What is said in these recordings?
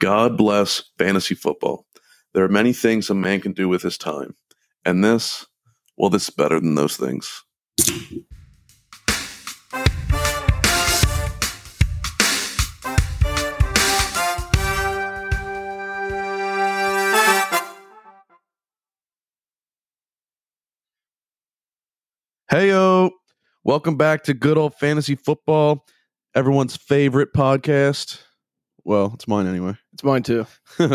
God bless fantasy football. There are many things a man can do with his time. And this, well, this is better than those things. Hey, yo. Welcome back to good old fantasy football, everyone's favorite podcast. Well, it's mine anyway. It's mine too. we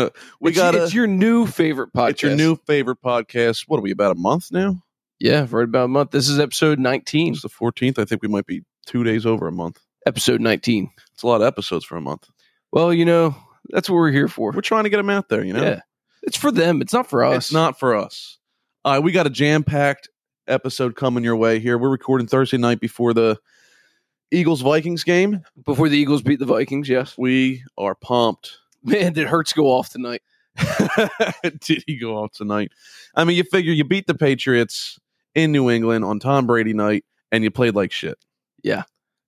it's, got a- it's your new favorite podcast. it's your new favorite podcast. What are we about a month now? yeah, for about a month. This is episode nineteen. It's the 14th. I think we might be two days over a month. Episode nineteen. It's a lot of episodes for a month. Well, you know that's what we're here for. We're trying to get them out there, you know? Yeah, it's for them. It's not for us. It's not for us. All right, we got a jam packed episode coming your way here. We're recording Thursday night before the Eagles Vikings game. before the Eagles beat the Vikings. Yes, We are pumped. man, did Hurts go off tonight? Did he go off tonight? I mean, you figure you beat the Patriots in New England on Tom Brady night and you played like shit.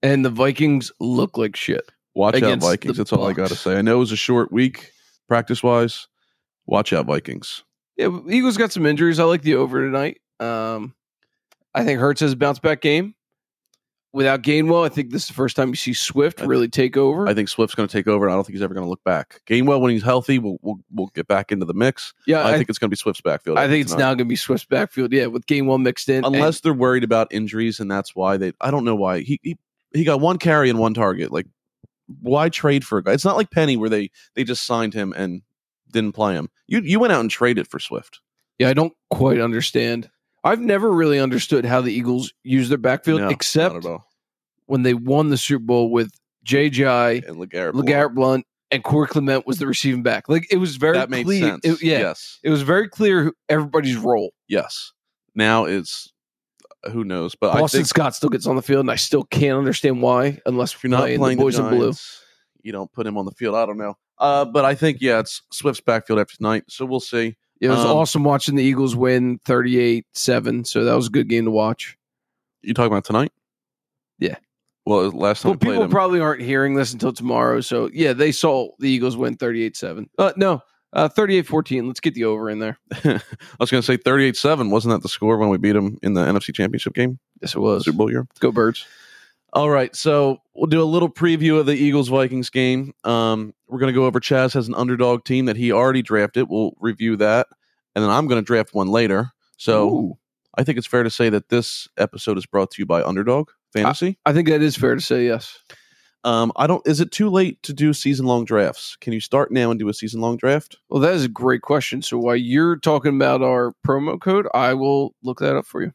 And the Vikings look like shit. Watch out, Against the Vikings. That's all I got to Bucks. say. I know it was a short week practice wise. Watch out, Vikings. Yeah, Eagles got some injuries. I like the over tonight. Um, I think Hurts has a bounce back game. Without Gainwell, I think this is the first time you see Swift I think- really take over. I think Swift's going to take over, and I don't think he's ever going to look back. Gainwell, when he's healthy, we'll, we'll, we'll get back into the mix. yeah, I, I, think it's going to be Swift's backfield. I think it's tonight. now going to be Swift's backfield. Yeah, with Gainwell mixed in. and- unless they're worried about injuries and that's why they i don't know why he he, he got one carry and one target like why trade for a guy it's not like penny where they they just signed him and didn't play him you you went out and traded for swift Yeah, I don't quite understand. I've never really understood how the Eagles use their backfield, No, not except at all when they won the Super Bowl with JJ, and legarrette LeGarrette Blunt, and Corey Clement was the receiving back. Like it was very that made clear. sense it- yeah, yes it was very clear who- everybody's role. yes now it's uh, who knows but Boston i think Scott still gets on the field, and I still can't understand why, unless if you're not playing, playing the boys the in blue. Giants, you don't put him on the field i don't know uh, but i think yeah it's swift's backfield after tonight so we'll see It was Um, awesome watching the Eagles win 38-7, so that was a good game to watch. you talking about tonight Yeah. well it was last time Well, we played people him. probably aren't hearing this until tomorrow. So, yeah, they saw the Eagles win 38 7. Uh, no, uh, 38 14. Let's get the over in there. I was going to say 38 7. Wasn't that the score when we beat them in the NFC Championship game? Yes, it was. Super Bowl year? Go, Birds. All right. So we'll do a little preview of the Eagles Vikings game. Um, we're going to go over Chaz has an underdog team that he already drafted. We'll review that. And then I'm going to draft one later. So Ooh. I think it's fair to say that this episode is brought to you by Underdog Fantasy. I think that is fair to say, yes. um, I don't. Is it too late to do season long drafts? Can you start now and do a season long draft? Well, that is a great question. So, while you're talking about our promo code, I will look that up for you.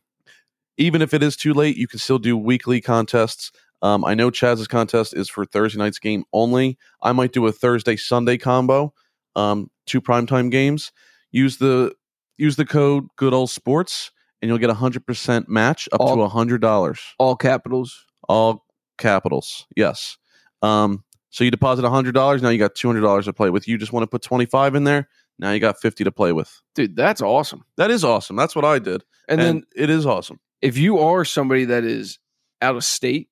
even if it is too late, you can still do weekly contests. Um, I know Chaz's contest is for Thursday night's game only. I might do a Thursday Sunday combo, um, two primetime games. Use the use the code Good Old Sports, and you'll get a hundred percent match up to All- a hundred dollars, All capitals. all capitals. Yes. Um, so you deposit a hundred dollars. Now you got two hundred dollars to play with. You just want to put twenty five in there. Now you got fifty to play with. Dude, that's awesome. That is awesome. That's what I did, And, then, and it is awesome. if you are somebody that is out of state,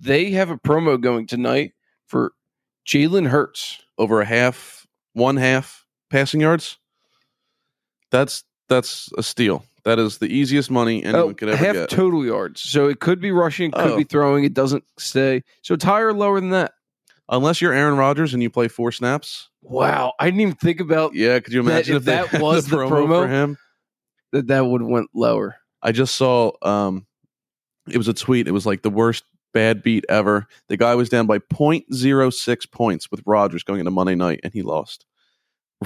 they have a promo going tonight for Jalen Hurts. over a half, one half passing yards. That's that's a steal. That is the easiest money anyone Oh, could ever half get. total yards. So it could be rushing, could Oh. be throwing. It doesn't stay. So it's higher or lower than that. Unless you're Aaron Rodgers and you play four snaps. Wow. I didn't even think about Yeah, could you That- imagine if they that had was the promo? for him? that that would have went lower. I just saw um it was a tweet. It was like the worst bad beat ever. The guy was down by 0.06 points with Rodgers going into Monday night and he lost.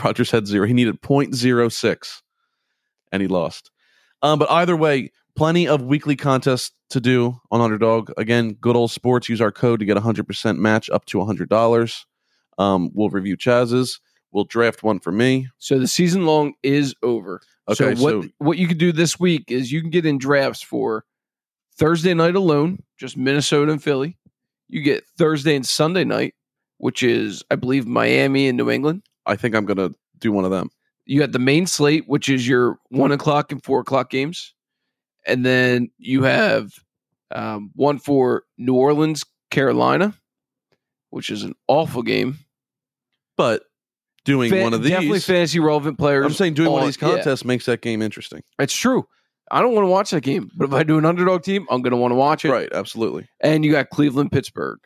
Rodgers had zero. He needed 0.06 and he lost. Um, but either way, plenty of weekly contests to do on Underdog. Again, good old sports. Use our code to get a 100% match up to $100. Um, we'll review Chaz's. We'll draft one for me. So the season long is over. Okay, so what so- what you can do this week is you can get in drafts for Thursday night alone, just Minnesota and Philly. You get Thursday and Sunday night, which is I believe Miami and New England. I think I'm going to do one of them. you had the main slate, which is your one o'clock and four o'clock games, and then you have um, one for New Orleans, Carolina, which is an awful game. But doing Fa- one of these, definitely fantasy relevant players. I'm saying doing one on- of these yeah. contests makes that game interesting. It's true. I don't want to watch that game, but if I do an underdog team, I'm going to want to watch it. Right, absolutely. And you got Cleveland, Pittsburgh,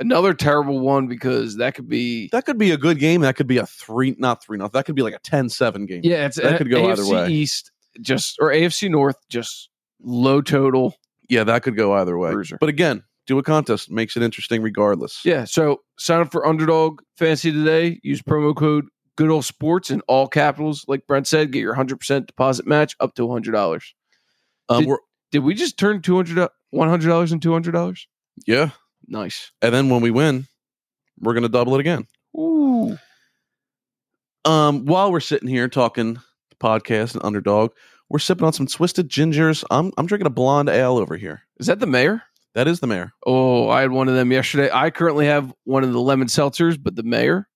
another terrible one because that could be. That could be a good game. That could be a three, not three, not that could be like a 10-7 game. Yeah, it's That a- could go either AFC way. East just or AFC North just low total. Yeah, that could go either way. Bruiser. But again, do a contest makes it interesting regardless. Yeah, so sign up for Underdog Fantasy today. Use promo code Good Old Sports in all capitals. Like Brent said, get your 100% deposit match up to $100. um, Did- we're, Did we just turn 200 $100 into $200? yeah. Nice. And then when we win, we're gonna double it again. Ooh. Um, while we're sitting here talking podcast and underdog, we're sipping on some twisted gingers. I'm I'm drinking a blonde ale over here. Is that the mayor? That is the mayor. Oh, I had one of them yesterday. I currently have one of the lemon seltzers, but the mayor.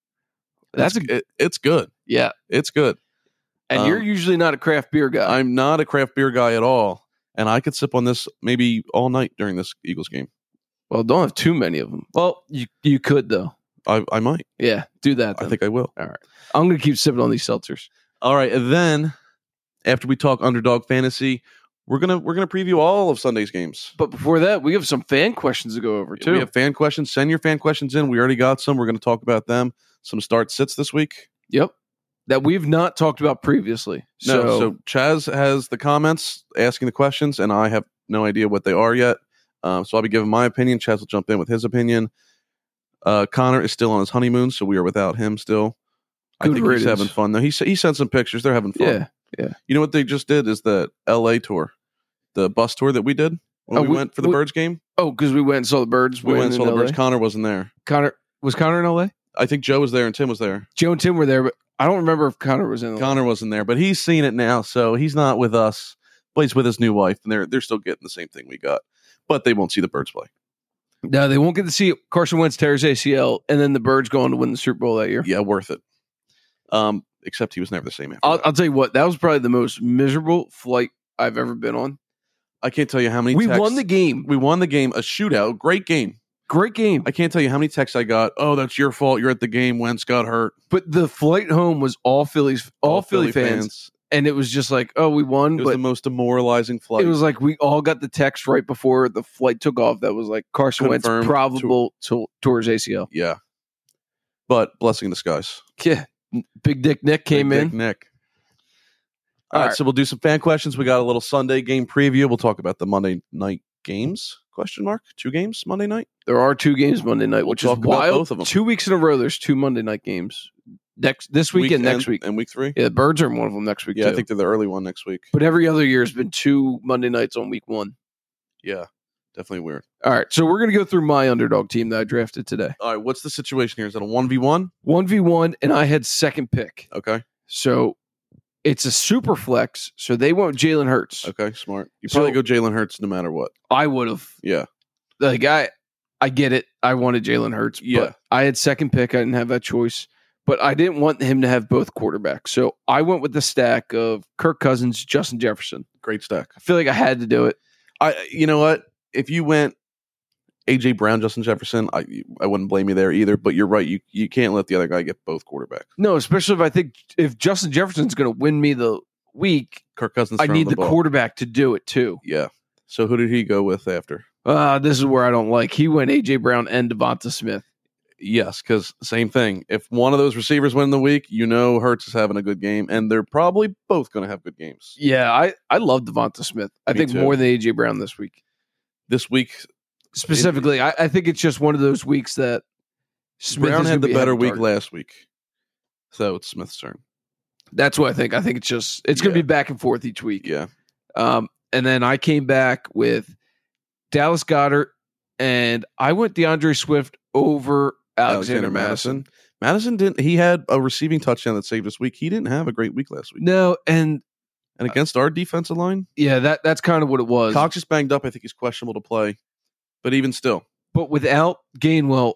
That's a It's- it, it's good. yeah. It's good. And Um, you're usually not a craft beer guy. I'm not a craft beer guy at all, and I could sip on this maybe all night during this Eagles game. well, don't have too many of them. Well, you you could though. I I might. Yeah, do that. I then. think I will. I'm gonna keep sipping on these seltzers. All right, and then after we talk underdog fantasy, we're gonna we're gonna preview all of Sunday's games. But before that, we have some fan questions to go over too. We have fan questions. Send your fan questions in. We already got some. We're gonna talk about them. Some start sits this week. yep, that we've not talked about previously. No, so, so, Chaz has the comments asking the questions, and I have no idea what they are yet. Um, so I'll be giving my opinion. Chaz will jump in with his opinion. Uh, Connor is still on his honeymoon, so we are without him still. I Good think riddance. he's having fun though. He s- he sent some pictures. They're having fun. yeah, You know what they just did is the L.A. tour, the bus tour that we did when Oh, we, we- went for the we- Birds game. oh, because we went and saw the birds. We when went and in saw the LA. Birds. Connor wasn't there. Connor was Connor in L.A. I think Joe was there and Tim was there. Joe and Tim were there, but I don't remember if Connor was in. LA. Connor wasn't there, but he's seen it now, so he's not with us. But he's with his new wife, and they're they're still getting the same thing we got, but they won't see the Birds play. No, they won't get to see Carson Wentz tears ACL, and then the Birds go on to win the Super Bowl that year. Yeah, worth it. Um, except he was never the same after. I'll, that. I'll tell you what, that was probably the most miserable flight I've ever been on. I can't tell you how many We texts- won the game. we won the game, a shootout, great game. Great game. I can't tell you how many texts I got. Oh, that's your fault. You're at the game. Wentz got hurt. But the flight home was all Phillies, all, Philly, fans, and it was just like, oh, we won. It was But the most demoralizing flight. it was like we all got the text right before the flight took off that was like Carson Wentz Confirmed probable to- towards ACL. yeah, but blessing in disguise. Yeah. Big Dick Nick came Big in. Dick Nick. All right, All right. so we'll do some fan questions. We got a little Sunday game preview. We'll talk about the Monday night games. Question mark? Two games Monday night. There are two games Monday night, We'll which talk is about wild. both of 'em. Two weeks in a row, there's two Monday night games. Next this week, and next week. and week three. Yeah, the birds are in one of them next week. Yeah, too. I think they're the early one next week. But every other year has been two Monday nights on week one. Yeah, definitely weird. All right, so we're gonna go through my underdog team that I drafted today. All right, what's the situation here? Is it a one v one? One v one, and I had second pick, Okay, so it's a super flex. So they want Jalen Hurts. okay, smart. You So- probably go Jalen Hurts no matter what. I would have Yeah, like I, I get it. I wanted Jalen Hurts. Yeah. but I had second pick. I didn't have that choice, but I didn't want him to have both quarterbacks. So I went with the stack of Kirk Cousins, Justin Jefferson. great stack. I feel like I had to do it. I, you know what? If you went AJ Brown, Justin Jefferson, I, I wouldn't blame you there either. But you're right. You you can't let the other guy get both quarterbacks. No, especially if I think if Justin Jefferson's going to win me the week, Kirk Cousins. I throwing need the, ball. quarterback to do it too. Yeah. So who did he go with after? Uh, this is where I don't like. He went AJ Brown and Devonta Smith. Yes, because same thing. If one of those receivers win the week, you know Hertz is having a good game, and they're probably both going to have good games Yeah, I I love Devonta Smith. I Me think too. more than AJ Brown this week. this week. Specifically, I, I think it's just one of those weeks that Smith Brown is had gonna the be better having week target. last week, so it's Smith's turn. That's what I think. I think it's just it's going to Yeah. be back and forth each week. Yeah, Um, and then I came back with Dallas Goddard, and I went DeAndre Swift over Alexander, Madison. Madison didn't. He had a receiving touchdown that saved this week. He didn't have a great week last week, No, and and against our defensive line, yeah, that that's kind of what it was. Cox is banged up. I think he's questionable to play, but even still, but without Gainwell,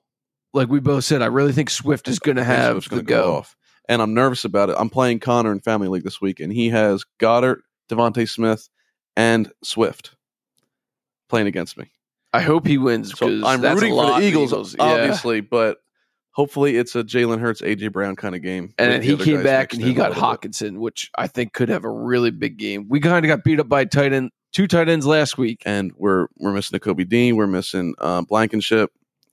like we both said, I really think Swift is going to I think have Swift's the gonna go. off. And I'm nervous about it. I'm playing Connor in Family League this week, and he has Goddard, Devontae Smith, and Swift playing against me. I hope he wins So because I'm that's rooting a lot for the Eagles, Yeah. obviously, but Hopefully, it's a Jalen Hurts, AJ Brown kind of game. Maybe And then he the other came guys back mixed and in he a got little bit. Hawkinson, which I think could have a really big game. We kind of got beat up by a tight end, two tight ends last week. And we're we're missing a Kobe Dean. We're missing um, Blankenship.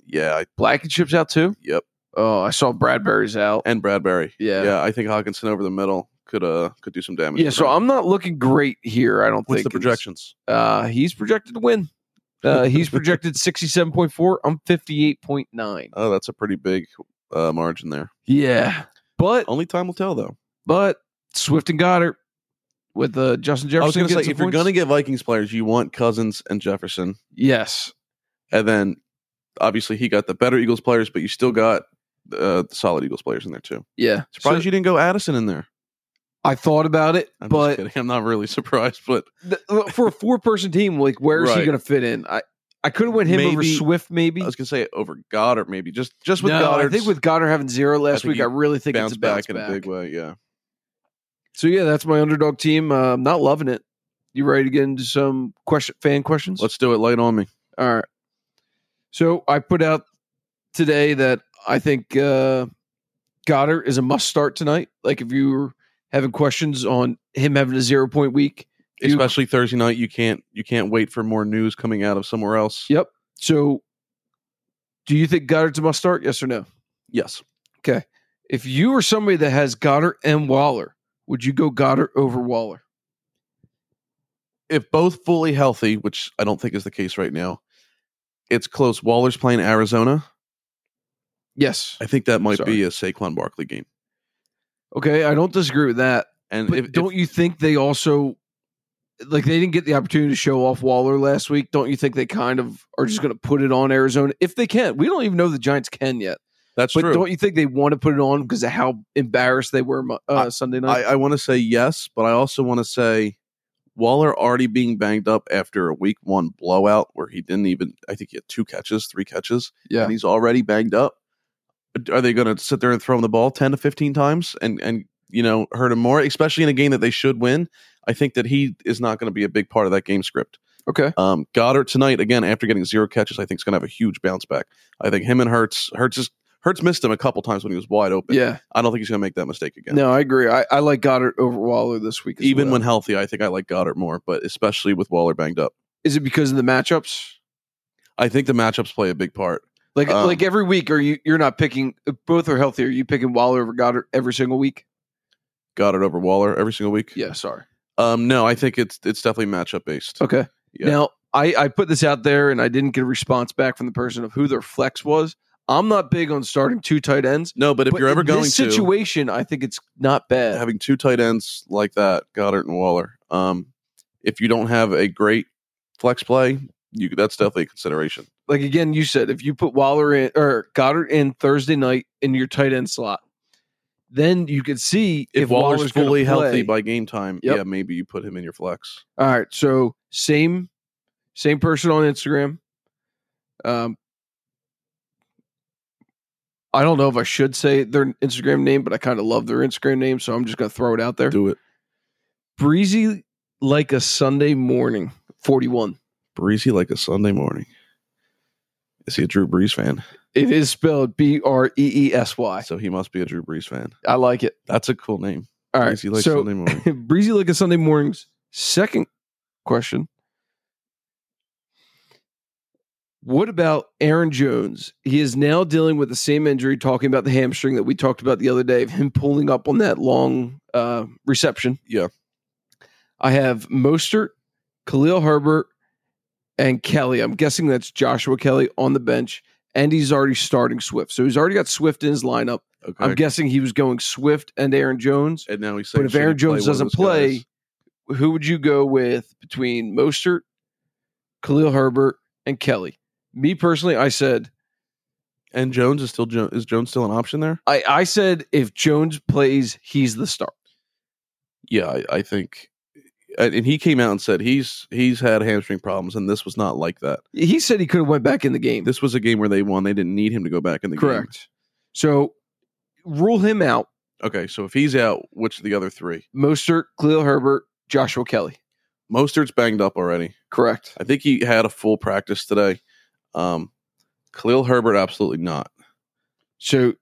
Yeah. I, Black and Chip's out too. yep. Oh, I saw Bradbury's out. And Bradbury. Yeah. Yeah. I think Hawkinson over the middle could uh could do some damage. Yeah, so I'm not looking great here. I don't What's think the projections? Uh, he's projected to win. Uh, he's projected 67.4. I'm 58.9. Oh, that's a pretty big uh, margin there. Yeah, but Only time will tell, though. but Swift and Goddard with uh, Justin I was going Jefferson. to getting say, some if you're points. going to get Vikings players, you want Cousins and Jefferson, yes, and then obviously he got the better Eagles players, but you still got uh, the solid Eagles players in there too. yeah. Surprised So you didn't go Addison in there. I thought about it, I'm just but kidding. I'm not really surprised, but th- look, for a four person team, like where is he Right. going to fit in? I I could have went him over Maybe- Swift, maybe. I was going to say over Goddard maybe just just with no, Goddard. I think with Goddard having zero last think week, you I really think bounce it's a bounce back in back. a big way. Yeah, So yeah, that's my underdog team. Uh, I'm not loving it. You ready to get into some question fan questions? let's do it. Light on me. All right. So I put out today that I think uh, Goddard is a must start tonight. Like if you were having questions on him having a zero point week, you- Especially Thursday night, you can't you can't wait for more news coming out of somewhere else. Yep. So do you think Goddard's a must start? Yes or no? Yes, If you were somebody that has Goddard and Waller, would you go Goddard over Waller? if both fully healthy, which I don't think is the case right now, it's close. Waller's playing Arizona. Yes. I think that might Sorry. be a Saquon Barkley game. Okay, I don't disagree with that. And But if, don't you think they also like they didn't get the opportunity to show off Waller last week? Don't you think they kind of are just going to put it on Arizona if they can? We don't even know the Giants can if- yet, that's but true. don't you think they want to put it on because of how embarrassed they were mo- uh, Sunday night? I, I want to say yes, but I also want to say Waller already being banged up after a week one blowout where he didn't even, I think he had two catches, three catches, yeah, and he's already banged up. Are they going to sit there and throw him the ball 10 to 15 times and, and, you know, hurt him more, especially in a game that they should win? I think that he is not going to be a big part of that game script. okay, Um, Goddard tonight again after getting zero catches, I think is going to have a huge bounce back. I think him and Hertz, Hertz is, Hertz missed him a couple times when he was wide open. yeah. I don't think he's going to make that mistake again. No, I agree. I, I like Goddard over Waller this week. as Even well. when healthy, I think I like Goddard more, but especially with Waller banged up. is it because of the matchups? I think the matchups play a big part. Like Um, like every week, are you you're not picking? If both are healthy. Are you picking Waller over Goddard every single week? Goddard over Waller every single week. Yeah, sorry. Um, no, I think it's it's definitely matchup based. Okay. Yeah. Now, I, I put this out there and I didn't get a response back from the person of who their flex was. I'm not big on starting two tight ends. no, but if but you're ever in this going to situation, I think it's not bad. having two tight ends like that, Goddard and Waller, um, if you don't have a great flex play, you that's definitely a consideration. Like again, you said if you put Waller in or Goddard in Thursday night in your tight end slot, then you could see if, if, Waller's, gonna fully healthy by play. game time, Yep. yeah, maybe you put him in your flex. All right, so same same person on Instagram. Um, I don't know if I should say their Instagram name, but I kind of love their Instagram name, so I'm just gonna throw it out there. Do it. breezy like a Sunday morning. Forty-one. Breezy like a Sunday morning. Is he a Drew Brees fan? It is spelled B R E E S Y. So he must be a Drew Brees fan. I like it. That's a cool name. All right. Breezy like so Sunday morning. breezy like a Sunday morning's second question. What about Aaron Jones? He is now dealing with the same injury, talking about the hamstring that we talked about the other day of him pulling up on that long uh, reception. Yeah. I have Mostert, Khalil Herbert, and Kelly. I'm guessing that's Joshua Kelly on the bench, and he's already starting Swift. So he's already got Swift in his lineup. Okay. I'm guessing he was going Swift and Aaron Jones. and now he's But saying, if should Aaron he play one Jones of doesn't those play, guys? who would you go with between Mostert, Khalil Herbert, and Kelly? Me personally, I said and Jones is still jo- is Jones still an option there? I, I said if Jones plays, he's the star. Yeah, I, I think. And and he came out and said he's he's had hamstring problems, and this was not like that. He said he could have went back in the game. This was a game where they won. They didn't need him to go back in the Correct. So rule him out. game. Okay, so if he's out, which of the other three? Mostert, Khalil Herbert, Joshua Kelly. Mostert's banged up already. Correct. I think he had a full practice today. Um, Khalil Herbert, absolutely not. So,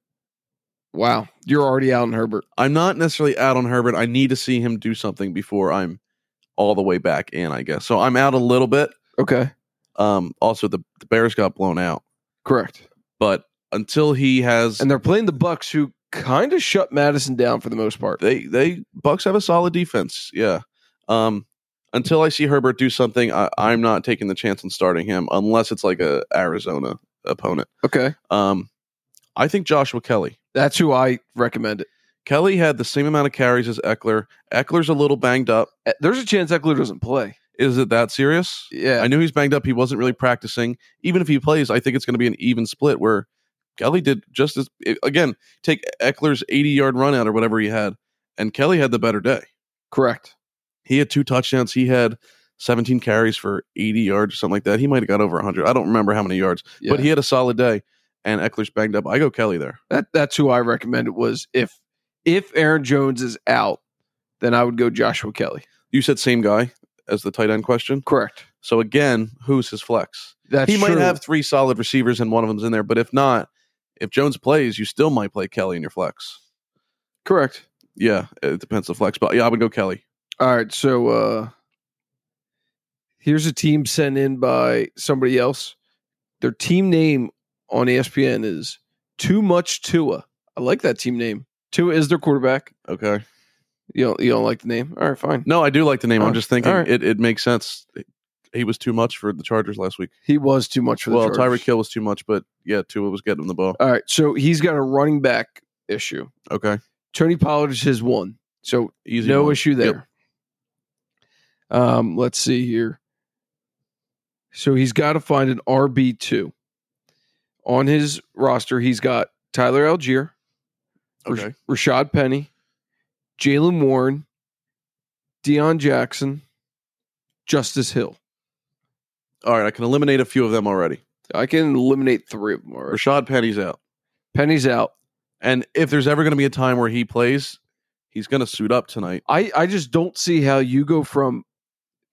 wow, you're already out on Herbert. I'm not necessarily out on Herbert. I need to see him do something before I'm all the way back in, I guess. So I'm out a little bit. Okay, Um, also, the, the Bears got blown out, correct. but until he has, And they're playing the Bucks, who kind of shut Madison down for the most part. they they Bucks have a solid defense. Yeah. Um, until I see Herbert do something, I, I'm not taking the chance on starting him unless it's like a Arizona opponent. Okay, Um, I think Joshua Kelly. that's who I recommend it. Kelly had the same amount of carries as Eckler. Eckler's a little banged up. Eh, There's a chance Eckler doesn't play. Is it that serious? Yeah, I knew he's banged up. He wasn't really practicing. Even if he plays, I think it's going to be an even split where Kelly did just as i- again take Eckler's 80 yard run out or whatever he had, and Kelly had the better day. correct. He had two touchdowns. He had 17 carries for 80 yards or something like that. He might have got over 100. I don't remember how many yards, Yeah. but he had a solid day. And Eckler's banged up. I go Kelly there. That that's who I recommend it was if if Aaron Jones is out, then I would go Joshua Kelly. You said same guy as the tight end question. Correct. So again, who's his flex? That's he might true. have three solid receivers and one of them's in there. But if not, if Jones plays, you still might play Kelly in your flex. correct. Yeah, it depends the flex, but yeah, I would go Kelly. All right, so uh here's a team sent in by somebody else. Their team name on E ESPN is Too Much Tua. I like that team name. Tua is their quarterback. Okay. You don't you don't like the name? All right, fine. No, I do like the name. Oh, I'm just thinking all right. it, it makes sense. He was too much for the Chargers last week. He was too much for the Well, Chargers. Tyreek Hill was too much, but yeah, Tua was getting him the ball. All right, so he's got a running back issue. Okay. Tony Pollard is his one. So Easy. no one. issue there. Um, let's see here. So he's got to find an RB two. On his roster, he's got Tyler Algier, Rash- Okay. Rashad Penny, Jalen Warren, Deion Jackson, Justice Hill. All right, I can eliminate a few of them already. I can eliminate three of them. Already. Rashad Penny's out. Penny's out. And if there's ever going to be a time where he plays, he's going to suit up tonight. I, I just don't see how you go from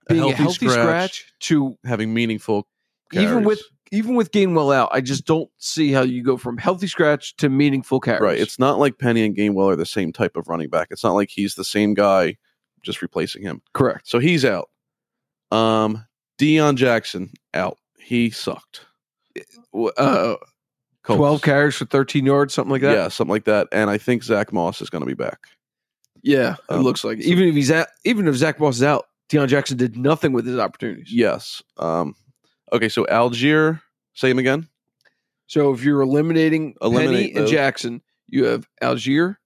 A being a healthy, healthy scratch, scratch to having meaningful even carries. with even with Gainwell out, I just don't see how you go from healthy scratch to meaningful carries. Right. It's not like Penny and Gainwell are the same type of running back. It's not like he's the same guy just replacing him. correct. So he's out. Um, Deion Jackson out. He sucked. W- Uh, Colts. Twelve carries for thirteen yards, something like that. Yeah, something like that. And I think Zach Moss is going to be back. Yeah, it Um, looks like. it. so- even if he's out, even if Zach Moss is out, Deion Jackson did nothing with his opportunities. Yes. Um, okay. So Algier, same again. So if you're eliminating Penny Eliminate and those. Jackson, you have Algier,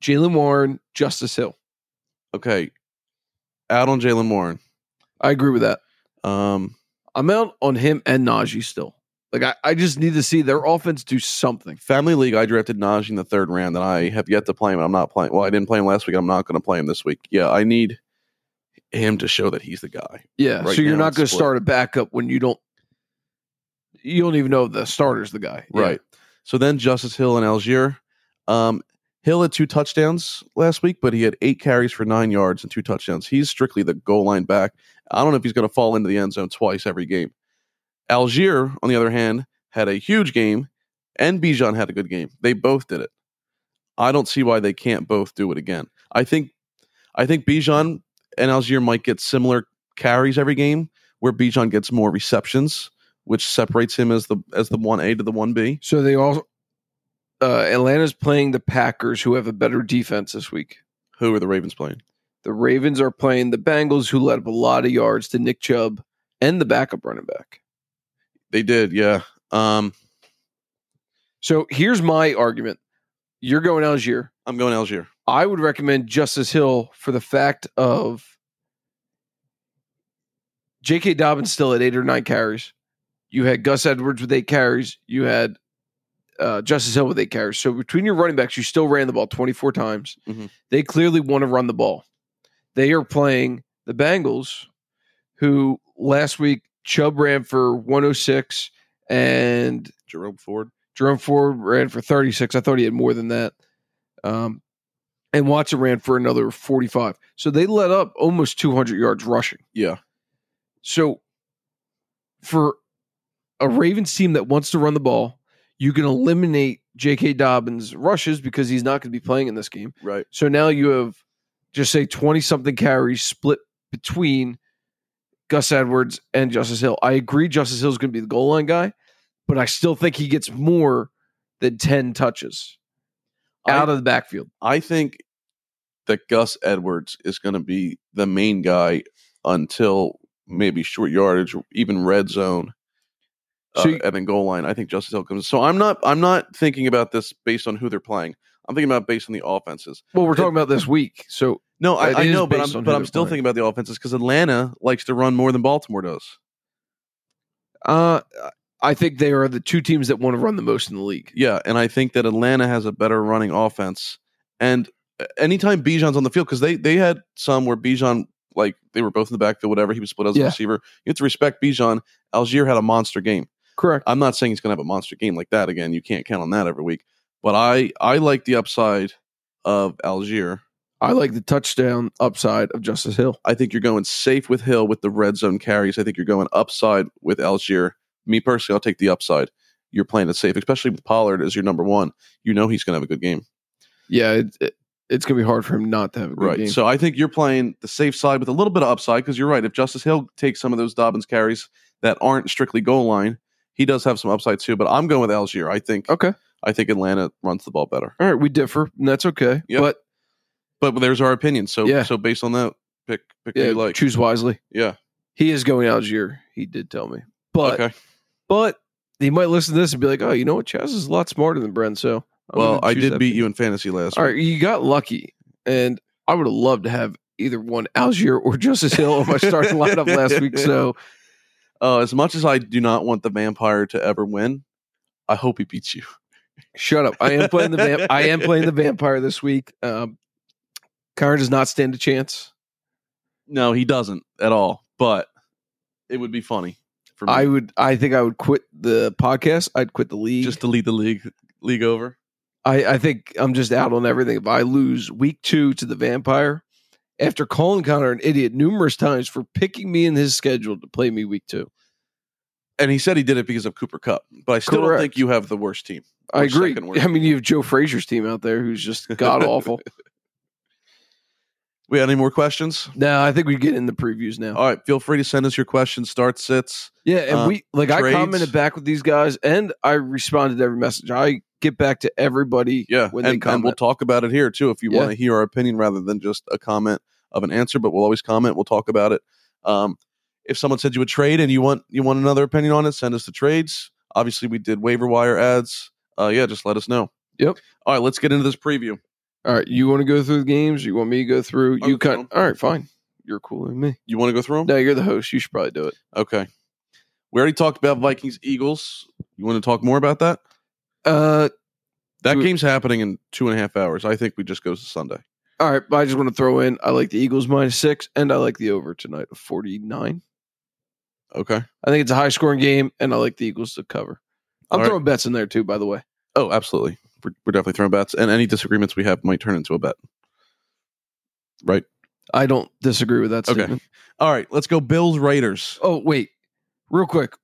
Jalen Warren, Justice Hill. Okay. Out on Jalen Warren. I agree with that. Um, I'm out on him and Najee still. Like I, I just need to see their offense do something. family league. I drafted Najee in the third round, and I have yet to play him. I'm not playing. Well, I didn't play him last week. I'm not going to play him this week. Yeah, I need him to show that he's the guy. Yeah. Right so you're now not it's going to split. start a backup when you don't. You don't even know if the starter's the guy. Yeah. Right. So then Justice Hill and Algier. Um, Hill had two touchdowns last week, but he had eight carries for nine yards and two touchdowns. He's strictly the goal line back. I don't know if he's going to fall into the end zone twice every game. Algier, on the other hand, had a huge game, and Bijan had a good game. They both did it. I don't see why they can't both do it again. I think, I think Bijan and Algier might get similar carries every game, where Bijan gets more receptions, which separates him as the as the one A to the one B. So they all. Uh, Atlanta's playing the Packers, who have a better defense this week. Who are the Ravens playing? The Ravens are playing the Bengals, who let up a lot of yards to Nick Chubb and the backup running back. They did, yeah. Um, So here's my argument: You're going Algier. I'm going Algier. I would recommend Justice Hill for the fact of J.K. Dobbins still at eight or nine carries. You had Gus Edwards with eight carries. You had uh, Justice Hill with eight carries. So between your running backs, you still ran the ball 24 times. Mhm. They clearly want to run the ball. They are playing the Bengals, who last week Chubb ran for 106 and Jerome Ford. Jerome Ford ran for 36. I thought he had more than that. Um, and Watson ran for another 45. So they let up almost 200 yards rushing. Yeah. So for a Ravens team that wants to run the ball, you can eliminate J.K. Dobbins' rushes because he's not going to be playing in this game. Right. So now you have just say 20 something carries split between Gus Edwards and Justice Hill. I agree Justice Hill's going to be the goal line guy, but I still think he gets more than 10 touches out I- of the backfield. I think that Gus Edwards is going to be the main guy until maybe short yardage, or even red zone, uh, So you- and then goal line. I think Justice Hill comes. So I'm not I'm not thinking about this based on who they're playing. I'm thinking about based on the offenses. Well, we're talking about this week. So No, It I, I is know, but based I'm on but who I'm they're still playing. thinking about the offenses because Atlanta likes to run more than Baltimore does. uh, I think they are the two teams that want to run the most in the league. Yeah, and I think that Atlanta has a better running offense. And uh, anytime Bijan's on the field, because they they had some where Bijan like they were both in the backfield, whatever. He was split as Yeah. a receiver. You have to respect Bijan. Algier had a monster game. Correct. I'm not saying he's going to have a monster game like that again. You can't count on that every week. But I I like the upside of Algier. I like the touchdown upside of Justice Hill. I think you're going safe with Hill with the red zone carries. I think you're going upside with Algier. Me personally, I'll take the upside. You're playing it safe, especially with Pollard as your number one. You know he's going to have a good game. Yeah, it, it- it's going to be hard for him not to have a good Right. game. So I think you're playing the safe side with a little bit of upside because you're right. If Justice Hill takes some of those Dobbins carries that aren't strictly goal line, he does have some upside too. But I'm going with Algier. I think okay. I think Atlanta runs the ball better. All right, we differ, and that's okay. Yep. But But there's our opinion. So Yeah. so based on that, pick pick who yeah, you like. choose wisely. yeah. He is going Algier. He did tell me, but okay. but he might listen to this and be like, "Oh, you know what? Chaz is a lot smarter than Brent." So I'm Well, gonna I choose did that beat pick. you in fantasy last All week. right, you got lucky, and I would have loved to have either one Algier or Justice Hill on my starting lineup last week. So Uh, as much as I do not want the vampire to ever win, I hope he beats you. shut up. I am playing the vamp- I am playing the vampire this week. Um, Kyron does not stand a chance. No, he doesn't at all. But it would be funny for me. I would. I think I would quit the podcast. I'd quit the league. just to lead the league league over. I, I think I'm just out on everything. If I lose week two to the vampire, after calling Connor an idiot numerous times for picking me in his schedule to play me week two, and he said he did it because of Cooper Cup. But I still Correct. don't think you have the worst team. I Or agree. second worst. I mean, you have Joe Frazier's team out there who's just god awful. We had any more questions? no, I think we get in the previews now. All right, feel free to send us your questions, start sits. Yeah, and Uh, we like I trades. commented back with these guys, and I responded to every message. I get back to everybody. Yeah, when they and, comment. and we'll talk about it here too if you Yeah. want to hear our opinion rather than just a comment of an answer. But we'll always comment. We'll talk about it. Um, if someone sends you a trade and you want you want another opinion on it, send us the trades. Obviously, we did waiver wire ads. Uh, yeah, just let us know. Yep. All right, let's get into this preview. All right, you want to go through the games? You want me to go through? I'll you go through cut. All right, fine. You're cooler than me. You want to go through them? No, you're the host. You should probably do it. Okay. We already talked about Vikings Eagles. You want to talk more about that? Uh, That Do it. game's happening in two and a half hours. I think we just goes to Sunday. All right, but I just want to throw in I like the Eagles minus six, and I like the over tonight of 49. Okay. I think it's a high scoring game, and I like the Eagles to cover. I'm All right. throwing bets in there too, by the way. Oh, absolutely. We're, we're definitely throwing bets, and any disagreements we have might turn into a bet. I don't disagree with that Okay. statement. All right, let's go. Bills Raiders. Oh, wait, real quick.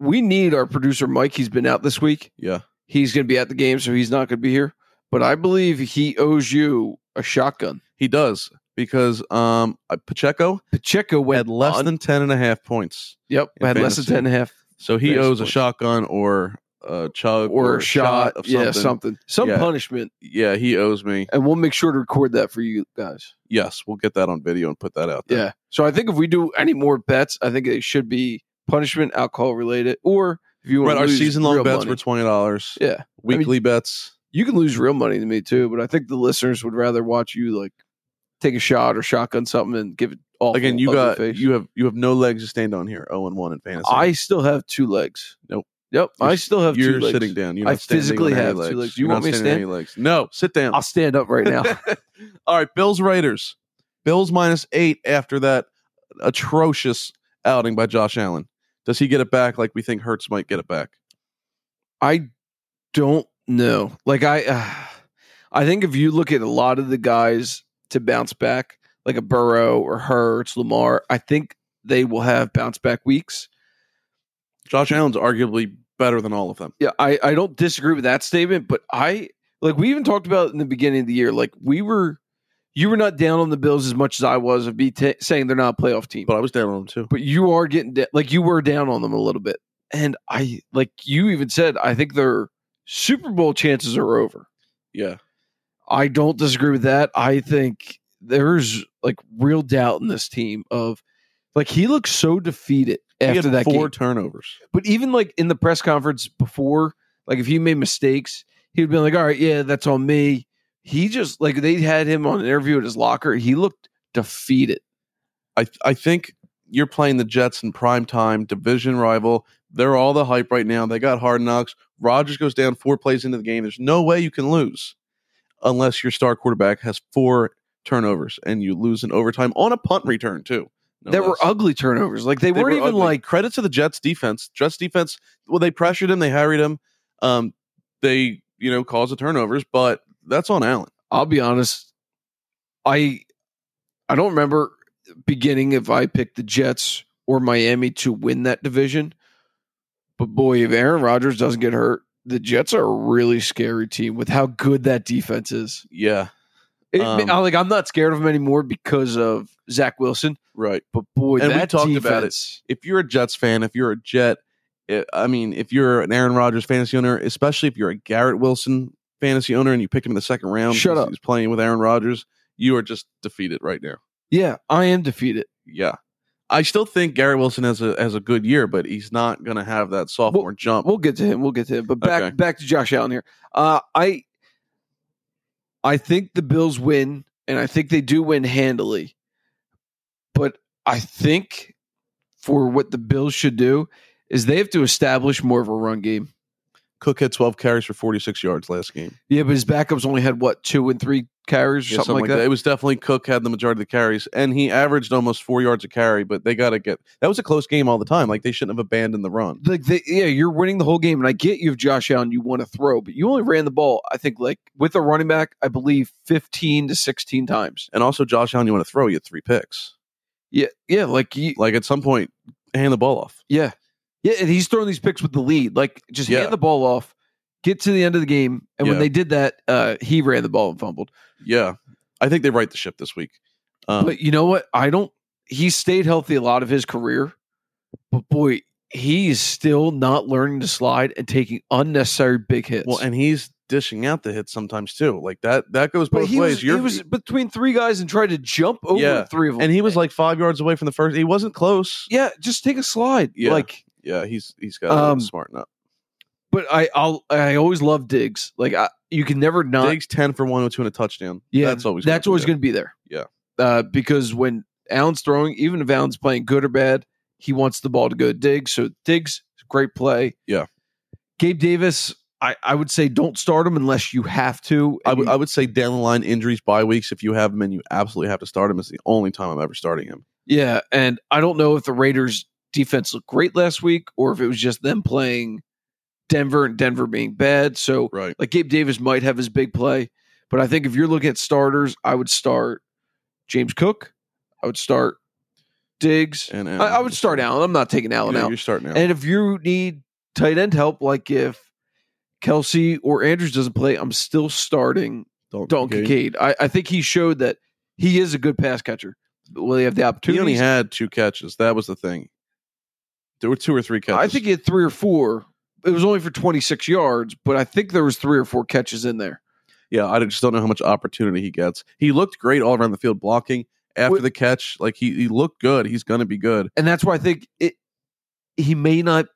We need our producer, Mike. He's been out this week. Yeah. He's going to be at the game, so he's not going to be here. But I believe he owes you a shotgun. He does because um Pacheco Pacheco went had less on- than ten and a half points, Yep, in had less than fantasy. 10 and a half so he Fantasy owes a points. shotgun or a chug or, a shot. of something. yeah, something. Some Yeah. punishment. Yeah, he owes me. And we'll make sure to record that for you guys. Yes, we'll get that on video and put that out there. Yeah. So I think if we do any more bets, I think it should be punishment, alcohol related, or if you want Right, to our lose season long real bets money. were twenty dollars. yeah, Weekly bets. you can lose real money to me too, but I think the listeners would rather watch you like take a shot or shotgun something and give it all Again, you got you have you have no legs to stand on here. Zero and one in fantasy. I still have two legs. Nope. Yep. I You're- still have You're two legs. sitting down. You're I not standing physically on any have two legs. legs. You You're want not me to standing on stand? any legs. No, sit down. I'll stand up right now. All right, Bills Raiders. Bills minus eight after that atrocious outing by Josh Allen. Does he get it back like we think Hertz might get it back? I don't know. Like I, uh, I think if you look at a lot of the guys to bounce back, like a Burrow or Hurts, Lamar, I think they will have bounce back weeks. Josh Allen's arguably better than all of them. Yeah, I, I don't disagree with that statement, but I like we even talked about it in the beginning of the year. Like we were, you were not down on the Bills as much as I was of me ta saying they're not a playoff team, but, But I was down on them too. you are getting da- like you were down on them a little bit, and I like you even said I think their Super Bowl chances are over. Yeah. I don't disagree with that. I think there's like real doubt in this team of like he looks so defeated He after had that four game. turnovers. But even like in the press conference before, like if he made mistakes, he'd been like, "All right, yeah, that's on me." He just like they had him on an interview at his locker. He looked defeated. I I think you're playing the Jets in prime time, division rival. They're all the hype right now. They got hard knocks. Rodgers goes down four plays into the game. There's no way you can lose unless your star quarterback has four turnovers and you lose in overtime on a punt return too. No there were less. ugly turnovers. Like they, They weren't were even ugly. like credit to the Jets defense. Jets defense. Well, they pressured him. They harried him. Um, they you know caused the turnovers, but that's on Allen. I'll be honest, I I don't remember beginning if I picked the Jets or Miami to win that division. But boy, if Aaron Rodgers doesn't get hurt, the Jets are a really scary team with how good that defense is. Yeah. It, Um, I- like I'm not scared of him anymore because of Zach Wilson, Right. but boy, And we that talked defense, about it. if you're a Jets fan, if you're a Jet, i I mean, if you're an Aaron Rodgers fantasy owner, especially if you're a Garrett Wilson fantasy owner and you picked him in the second round, Shut because up. he's playing with Aaron Rodgers, you are just defeated right now. Yeah, I am defeated. Yeah, I still think Garrett Wilson has a has a good year, but he's not going to have that sophomore jump. We'll get to him. We'll get to him. But back Okay. back to Josh Allen here. Uh, I I think the Bills win, and I think they do win handily. But I think for what the Bills should do is they have to establish more of a run game. Cook had 12 carries for 46 yards last game. Yeah, but his backups only had what two and three carries or Yeah, something, like that. It was definitely Cook had the majority of the carries, and he averaged almost four yards a carry. But they got to get that was a close game all the time. Like they shouldn't have abandoned the run. like they, yeah, you're winning the whole game, and I get you have Josh Allen, you want to throw, but you only ran the ball, I think, like with a running back, I believe fifteen to sixteen times. And also, Josh Allen, you want to throw, you had three picks. Yeah, yeah, like you, like at some point hand the ball off. yeah, yeah, and he's throwing these picks with the lead. Like just Yeah. hand the ball off, get to the end of the game, and when Yeah. they did that, uh, he ran the ball and fumbled. Yeah, I think they right the ship this week. Um, but you know what? I don't. He stayed healthy a lot of his career, but boy, he is still not learning to slide and taking unnecessary big hits. well, and he's dishing out the hits sometimes too. Like that that goes both But he ways. was, You're- he was between three guys and tried to jump over Yeah, three of them. and he was like five yards away from the first. He wasn't close. yeah, just take a slide. Yeah. Like, Yeah, he's he's got Um, to smarten up. but I, I'll, I always love digs. Like, I, you can never not. Diggs ten for one hundred two and a touchdown. yeah, that's always that's always good. going to be there. Yeah. uh, because when Allen's throwing, even if Allen's playing good or bad, he wants the ball to go to Diggs. So Diggs, great play. Yeah. Gabe Davis, I, I would say don't start him unless you have to. I and would you- I would say down the line injuries by weeks if you have him and you absolutely have to start him. It's the only time I'm ever starting him. Yeah, and I don't know if the Raiders defense looked great last week or if it was just them playing Denver and Denver being bad. So Right. like Gabe Davis might have his big play, but I think if you're looking at starters, I would start James Cook. I would start Diggs. And I, I would start Allen. I'm not taking Allen Yeah, out. You're starting Allen. And if you need tight end help, like if Kelsey or Andrews doesn't play, I'm still starting Dalton Kincaid. Kincaid. I, I think he showed that he is a good pass catcher. Will he have the He only opportunity? had two catches. That was the thing. There were two or three catches. I think he had three or four. It was only for 26 yards, but I think there was three or four catches in there. Yeah, I just don't know how much opportunity he gets. He looked great all around the field blocking after Wait- the catch. Like he, he looked good. He's gonna be good. And that's why I think it he may not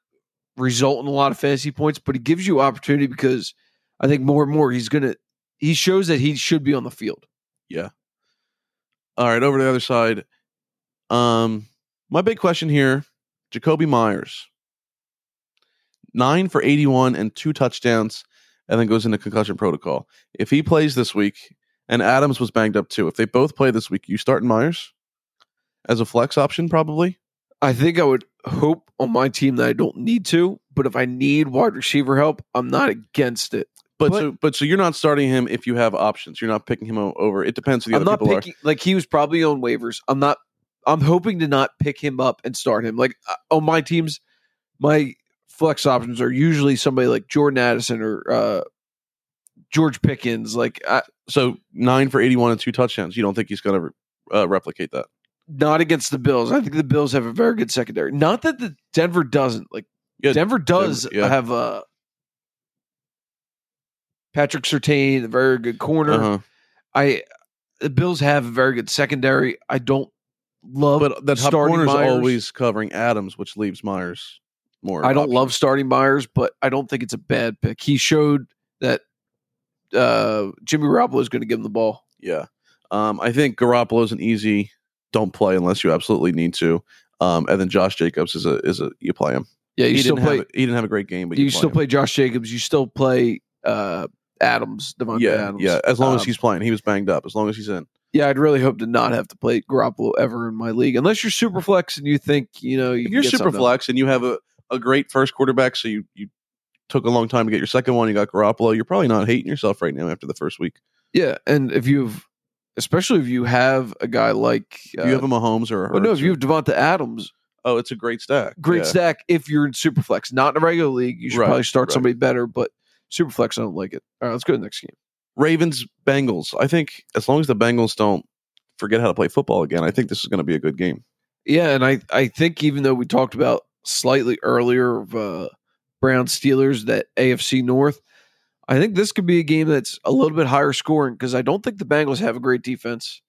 result in a lot of fantasy points, but he gives you opportunity because I think more and more he's gonna he shows that he should be on the field. All right, over to the other side. Um, my big question here: Jacoby Myers, nine for eighty-one and two touchdowns, and then goes into concussion protocol. If he plays this week, and Adams was banged up too. If they both play this week, you starting Myers as a flex option, probably. I think I would hope on my team that I don't need to, but if I need wide receiver help, I'm not against it. But, But- so, but so you're not starting him if you have options. You're not picking him o- over. It depends who the I'm other not people are. picking like he was probably on waivers. I'm not. I'm hoping to not pick him up and start him. Like uh, on my teams, my flex options are usually somebody like Jordan Addison or uh, George Pickens. Like, I, So nine for 81 and two touchdowns. You don't think he's going to uh, replicate that? not against the Bills. I think the Bills have a very good secondary. Not that the Denver doesn't. Like Yeah, Denver does Denver, yeah. have uh, Patrick Sertain, a very good corner. Uh-huh. I the Bills have a very good secondary. I don't love, But uh, that top starting corner is Myers. always covering Adams, which leaves Myers more. I don't option. love starting Myers, but I don't think it's a bad pick. He showed that uh, Jimmy Garoppolo is going to give him the ball. Yeah. Um, I think Garoppolo's an easy don't play unless you absolutely need to. Um, and then Josh Jacobs is a is a you play him. Yeah, you he still didn't play. have a, he didn't have a great game, but You, play still him. play Josh Jacobs. You still play uh, Adams, Devontae Yeah, Adams. yeah. As long as Um, he's playing, he was banged up. As long as he's in, Yeah, I'd really hope to not have to play Garoppolo ever in my league, unless you're super flex and you think you know you if can you're get super something. flex and you have a, a great first quarterback, so you you took a long time to get your second one, you got Garoppolo. You're probably not hating yourself right now after the first week. Yeah, and if you've, especially if you have a guy like, uh, If you have a Mahomes or a well, no, Hurts if you or- have Devonta Adams, oh, it's a great stack. great Yeah. stack. If you're in super flex, not in a regular league, you should Right, probably start right. somebody better. But super flex, I don't like it. All right, let's go to the next game. Ravens Bengals. I think as long as the Bengals don't forget how to play football again, I think this is going to be a good game. Yeah, and I I think even though we talked about slightly earlier of uh, Brown Steelers that AFC North, I think this could be a game that's a little bit higher scoring because I don't think the Bengals have a great defense.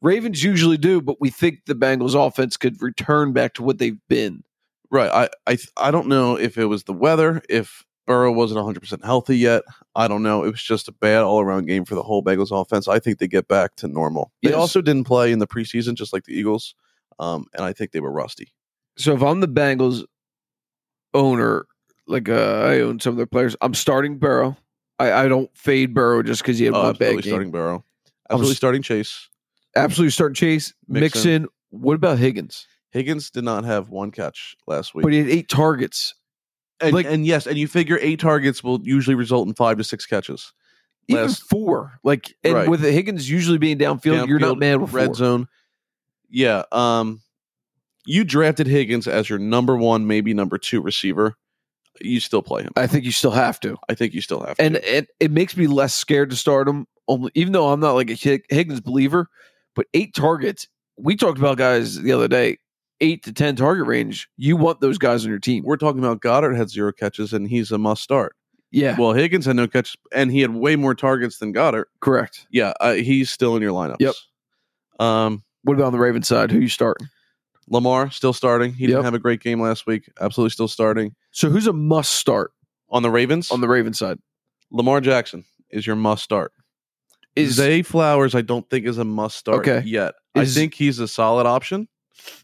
Ravens usually do, but we think the Bengals offense could return back to what they've been. Right. I I th- I don't know if it was the weather, if Burrow wasn't 100% healthy yet. I don't know. It was just a bad all-around game for the whole Bengals offense. I think they get back to normal. They Yes. also didn't play in the preseason just like the Eagles. Um, and I think they were rusty. So if I'm the Bengals owner, like uh, I own some of their players, I'm starting Burrow. I, I don't fade Burrow just because he had Oh, one absolutely bad game. starting Burrow. I was- Absolutely starting Chase. Absolutely starting Chase, Mixon. Mixon. What about Higgins? Higgins did not have one catch last week. But he had eight targets. and, like- and yes, and you figure eight targets will usually result in 5 to 6 catches. Even Last- four. Like and Right. with Higgins usually being downfield, you're not Downfield, man with red four. zone. Yeah. Um, you drafted Higgins as your number one, maybe number two receiver. You still play him. I think you still have to. I think you still have And to. and it makes me less scared to start him. Only even though I'm not like a Hig- Higgins believer, but eight targets. We talked about guys the other day, eight to ten target range. You want those guys on your team. We're talking about Goddard had zero catches and he's a must start. Yeah, Well, Higgins had no catches and he had way more targets than Goddard. correct. Yeah, uh, he's still in your lineups. Yep. Um, What about on the Ravens side? Who you starting? Lamar still starting. He Yep. didn't have a great game last week. Absolutely still starting So who's a must start on the Ravens. on the Ravens side? Lamar Jackson is your must start. Is Zay Flowers? I don't think is a must start Okay. yet. Is- I think he's a solid option.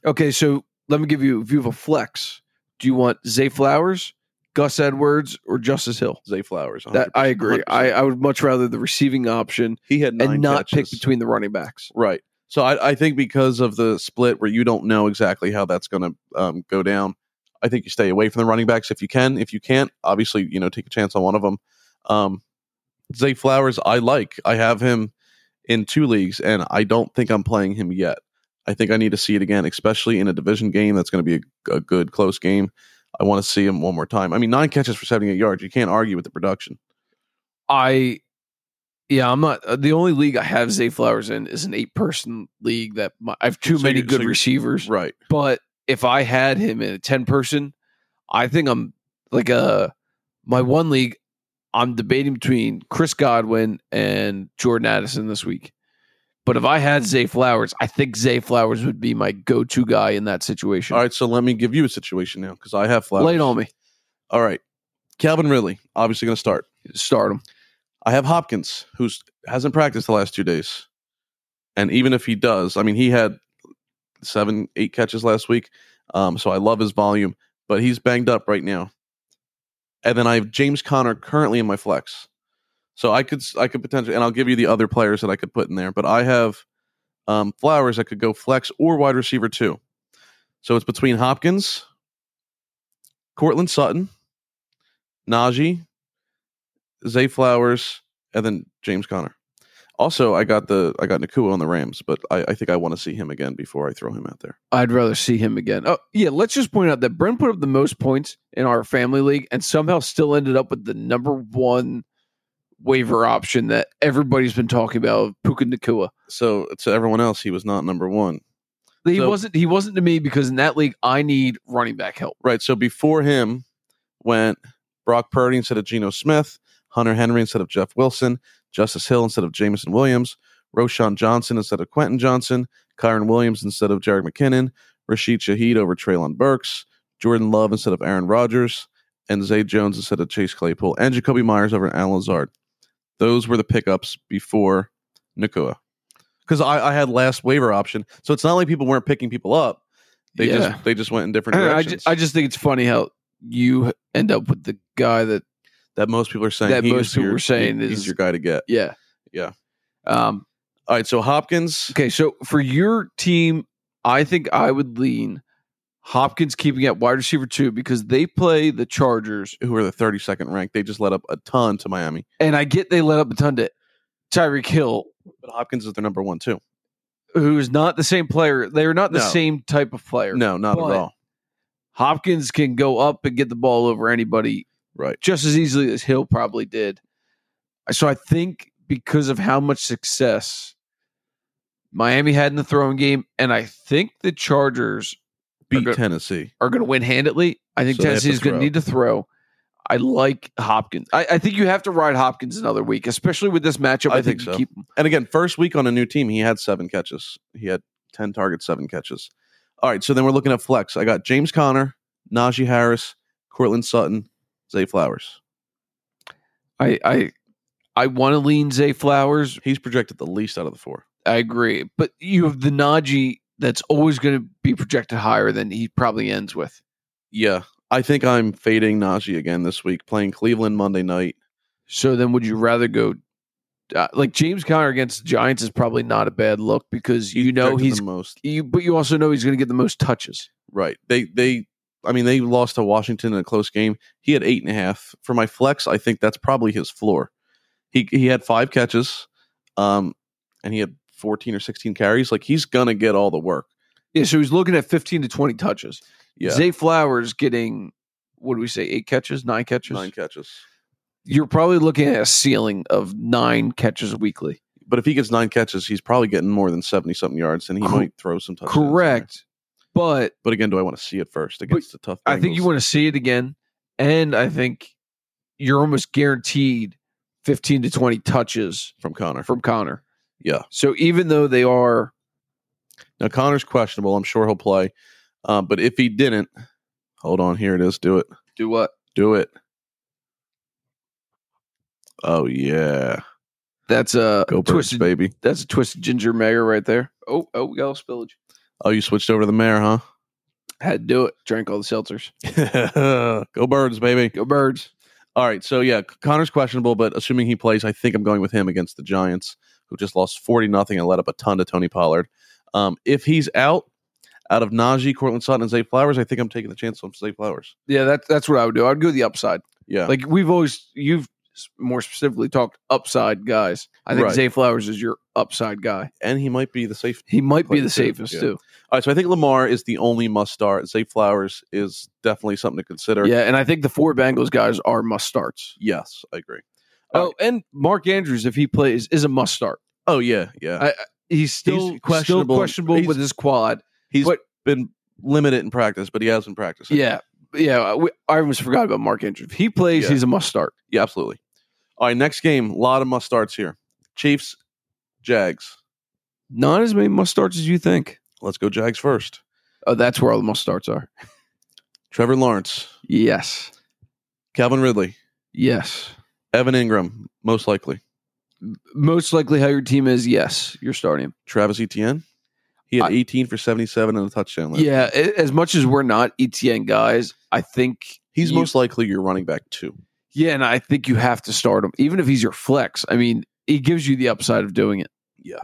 Okay, so let me give you if you have a flex, do you want Zay Flowers, Gus Edwards, or Justice Hill? Zay Flowers. That I 100%, agree. I, 100%. I would much rather the receiving option he had nine and not catches. pick between the running backs. right. So I, I think because of the split where you don't know exactly how that's going to um, go down, I think you stay away from the running backs if you can. If you can't, obviously you know take a chance on one of them. Um, Zay Flowers, I like. I have him in two leagues, and I don't think I'm playing him yet. I think I need to see it again, especially in a division game that's going to be a, a good close game. I want to see him one more time. I mean, nine catches for 78 yards. You can't argue with the production. I, yeah, I'm not uh, the only league I have Zay Flowers in is an eight person league that my, I have too So many you- good so you- receivers. Right. But if I had him in a ten person, I think I'm like uh my one league. I'm debating between Chris Godwin and Jordan Addison this week. But if I had Zay Flowers, I think Zay Flowers would be my go-to guy in that situation. All right, so let me give you a situation now because I have Flowers. Lay it on me. All right, Calvin Ridley, obviously going to start. Start him. I have Hopkins, who's hasn't practiced the last two days, and even if he does, I mean, he had seven, eight catches last week, um, so I love his volume, but he's banged up right now. And then I have James Conner currently in my flex, so I could s- I could potentially, and I'll give you the other players that I could put in there, but I have um, Flowers that could go flex or wide receiver too. So it's between Hopkins, Cortland Sutton, Najee, Zay Flowers, and then James Conner. Also, I got the I got Nakua on the Rams, but I, I think I want to see him again before I throw him out there. I'd rather see him again. Oh, yeah. Let's just point out that Brent put up the most points in our family league and somehow still ended up with the number one waiver option that everybody's been talking about, Puka Nakua. So to everyone else, he was not number one. He So- wasn't he wasn't to me because in that league I need running back help. Right. So before him went Brock Purdy instead of Geno Smith, Hunter Henry instead of Jeff Wilson, Justice Hill instead of Jamison Williams, Roshan Johnson instead of Quentin Johnson, Kyron Williams instead of Jarek McKinnon, Rashid Shaheed over Traylon Burks, Jordan Love instead of Aaron Rodgers, and Zay Jones instead of Chase Claypool, and Jacoby Myers over Alan Lazard. Those were the pickups before Nakua. Because I, I had last waiver option. So it's not like people weren't picking people up. They Yeah. just they just went in different I directions. just, I just think it's funny how you end up with the guy that that most people are saying That he's most people your- were saying he- he's is- your guy to get. yeah Yeah. Um, All right, so Hopkins, okay, so for your team, I think I would lean Hopkins keeping at wide receiver two because they play the Chargers, who are the 32nd ranked, they just let up a ton to Miami, and I get they let up a ton to Tyreek Hill, but Hopkins is their number one too. who is not the same player. They're not the No. same type of player. No, not But- at all. Hopkins can go up and get the ball over anybody Right. just as easily as Hill probably did. So I think because of how much success Miami had in the throwing game, and I think the Chargers Beat Okay. Tennessee. are going to win handedly. I think So they have to Tennessee is going throw. to need to throw. I like Hopkins. I, I think you have to ride Hopkins another week, especially with this matchup. I I, think think, you so. keep him. And again, first week on a new team, he had seven catches. He had 10 targets, seven catches. All right, so then we're looking at flex. I got James Conner, Najee Harris, Cortland Sutton, Zay Flowers. I I I want to lean Zay Flowers. He's projected the least out of the four. I agree, but you have the Najee that's always going to be projected higher than he probably ends with. Yeah, I think I'm fading Najee again this week, playing Cleveland Monday night. So then, would you rather go uh, like James Conner against the Giants is probably not a bad look because you know projected he's the most you, but you also know he's going to get the most touches. Right. They they I mean they lost to Washington in a close game. He had eight and a half. For my flex, I think that's probably his floor. He he had five catches, um, and he had fourteen or sixteen carries. Like he's gonna get all the work. Yeah, so he's looking at fifteen to twenty touches. Yeah. Zay Flowers getting what do we say eight catches, nine catches. Nine catches. You're probably looking at a ceiling of nine catches weekly. But if he gets nine catches, he's probably getting more than seventy something yards, and he Cor- might throw some touchdowns. in there. Correct, but But again, do I want to see it first against the tough? I think you Bengals? want to see it again, and I think you're almost guaranteed fifteen to twenty touches from Connor. from Connor. Yeah. So even though they are, Now Connor's questionable. I'm sure he'll play. Um, but if he didn't, hold on. Here it is. Do it. do what Do it. Oh yeah, that's a go Birds, Uh, twisted. baby! That's a twisted ginger mayor right there. Oh, oh, we got a spillage. Oh, you switched over to the mayor, Had to do it. Drank all the seltzers. huh? go Birds, baby! Go birds. All right, so yeah, Connor's questionable, but assuming he plays, I think I'm going with him against the Giants, who just lost forty nothing and let up a ton to Tony Pollard. Um, if he's out, out of Najee, Cortland Sutton, and Zay Flowers, I think I'm taking the chance on Zay Flowers. Yeah, that's that's what I would do. I'd go the upside. Yeah, Like we've always, you've s- more specifically talked upside guys. I think Right. Zay Flowers is your upside guy. and he might be the safe He might Player be the too, safest yeah. too. All right, so I think Lamar is the only must start. Zay Flowers is definitely something to consider. Yeah, and I think the four Bengals guys are must starts. Yes, I agree. Oh, and Mark Andrews, if he plays, is a must start. Oh yeah, yeah. I- He's still questionable. questionable. Still questionable He's- with his quad. He's but- been limited in practice, but he has been practicing. Yeah, yeah. We, I almost forgot about Mark Andrews. If he plays, Yeah. he's a must start. yeah, absolutely. All right, next game, a lot of must starts here. Chiefs, Jags. Not as many must starts as you think. Let's go Jags first. Oh, that's where all the must starts are. Trevor Lawrence, Yes, Calvin Ridley, yes. Evan Ingram, most likely. Most likely, how your team is. Yes, you're starting. him. Travis Etienne. He had I- 18 for 77 and a touchdown. last Yeah, a- as much as we're not ETN guys, I think He's you- most likely your running back too. Yeah, and I think you have to start him, even if he's your flex. I mean, he gives you the upside of doing it. Yeah.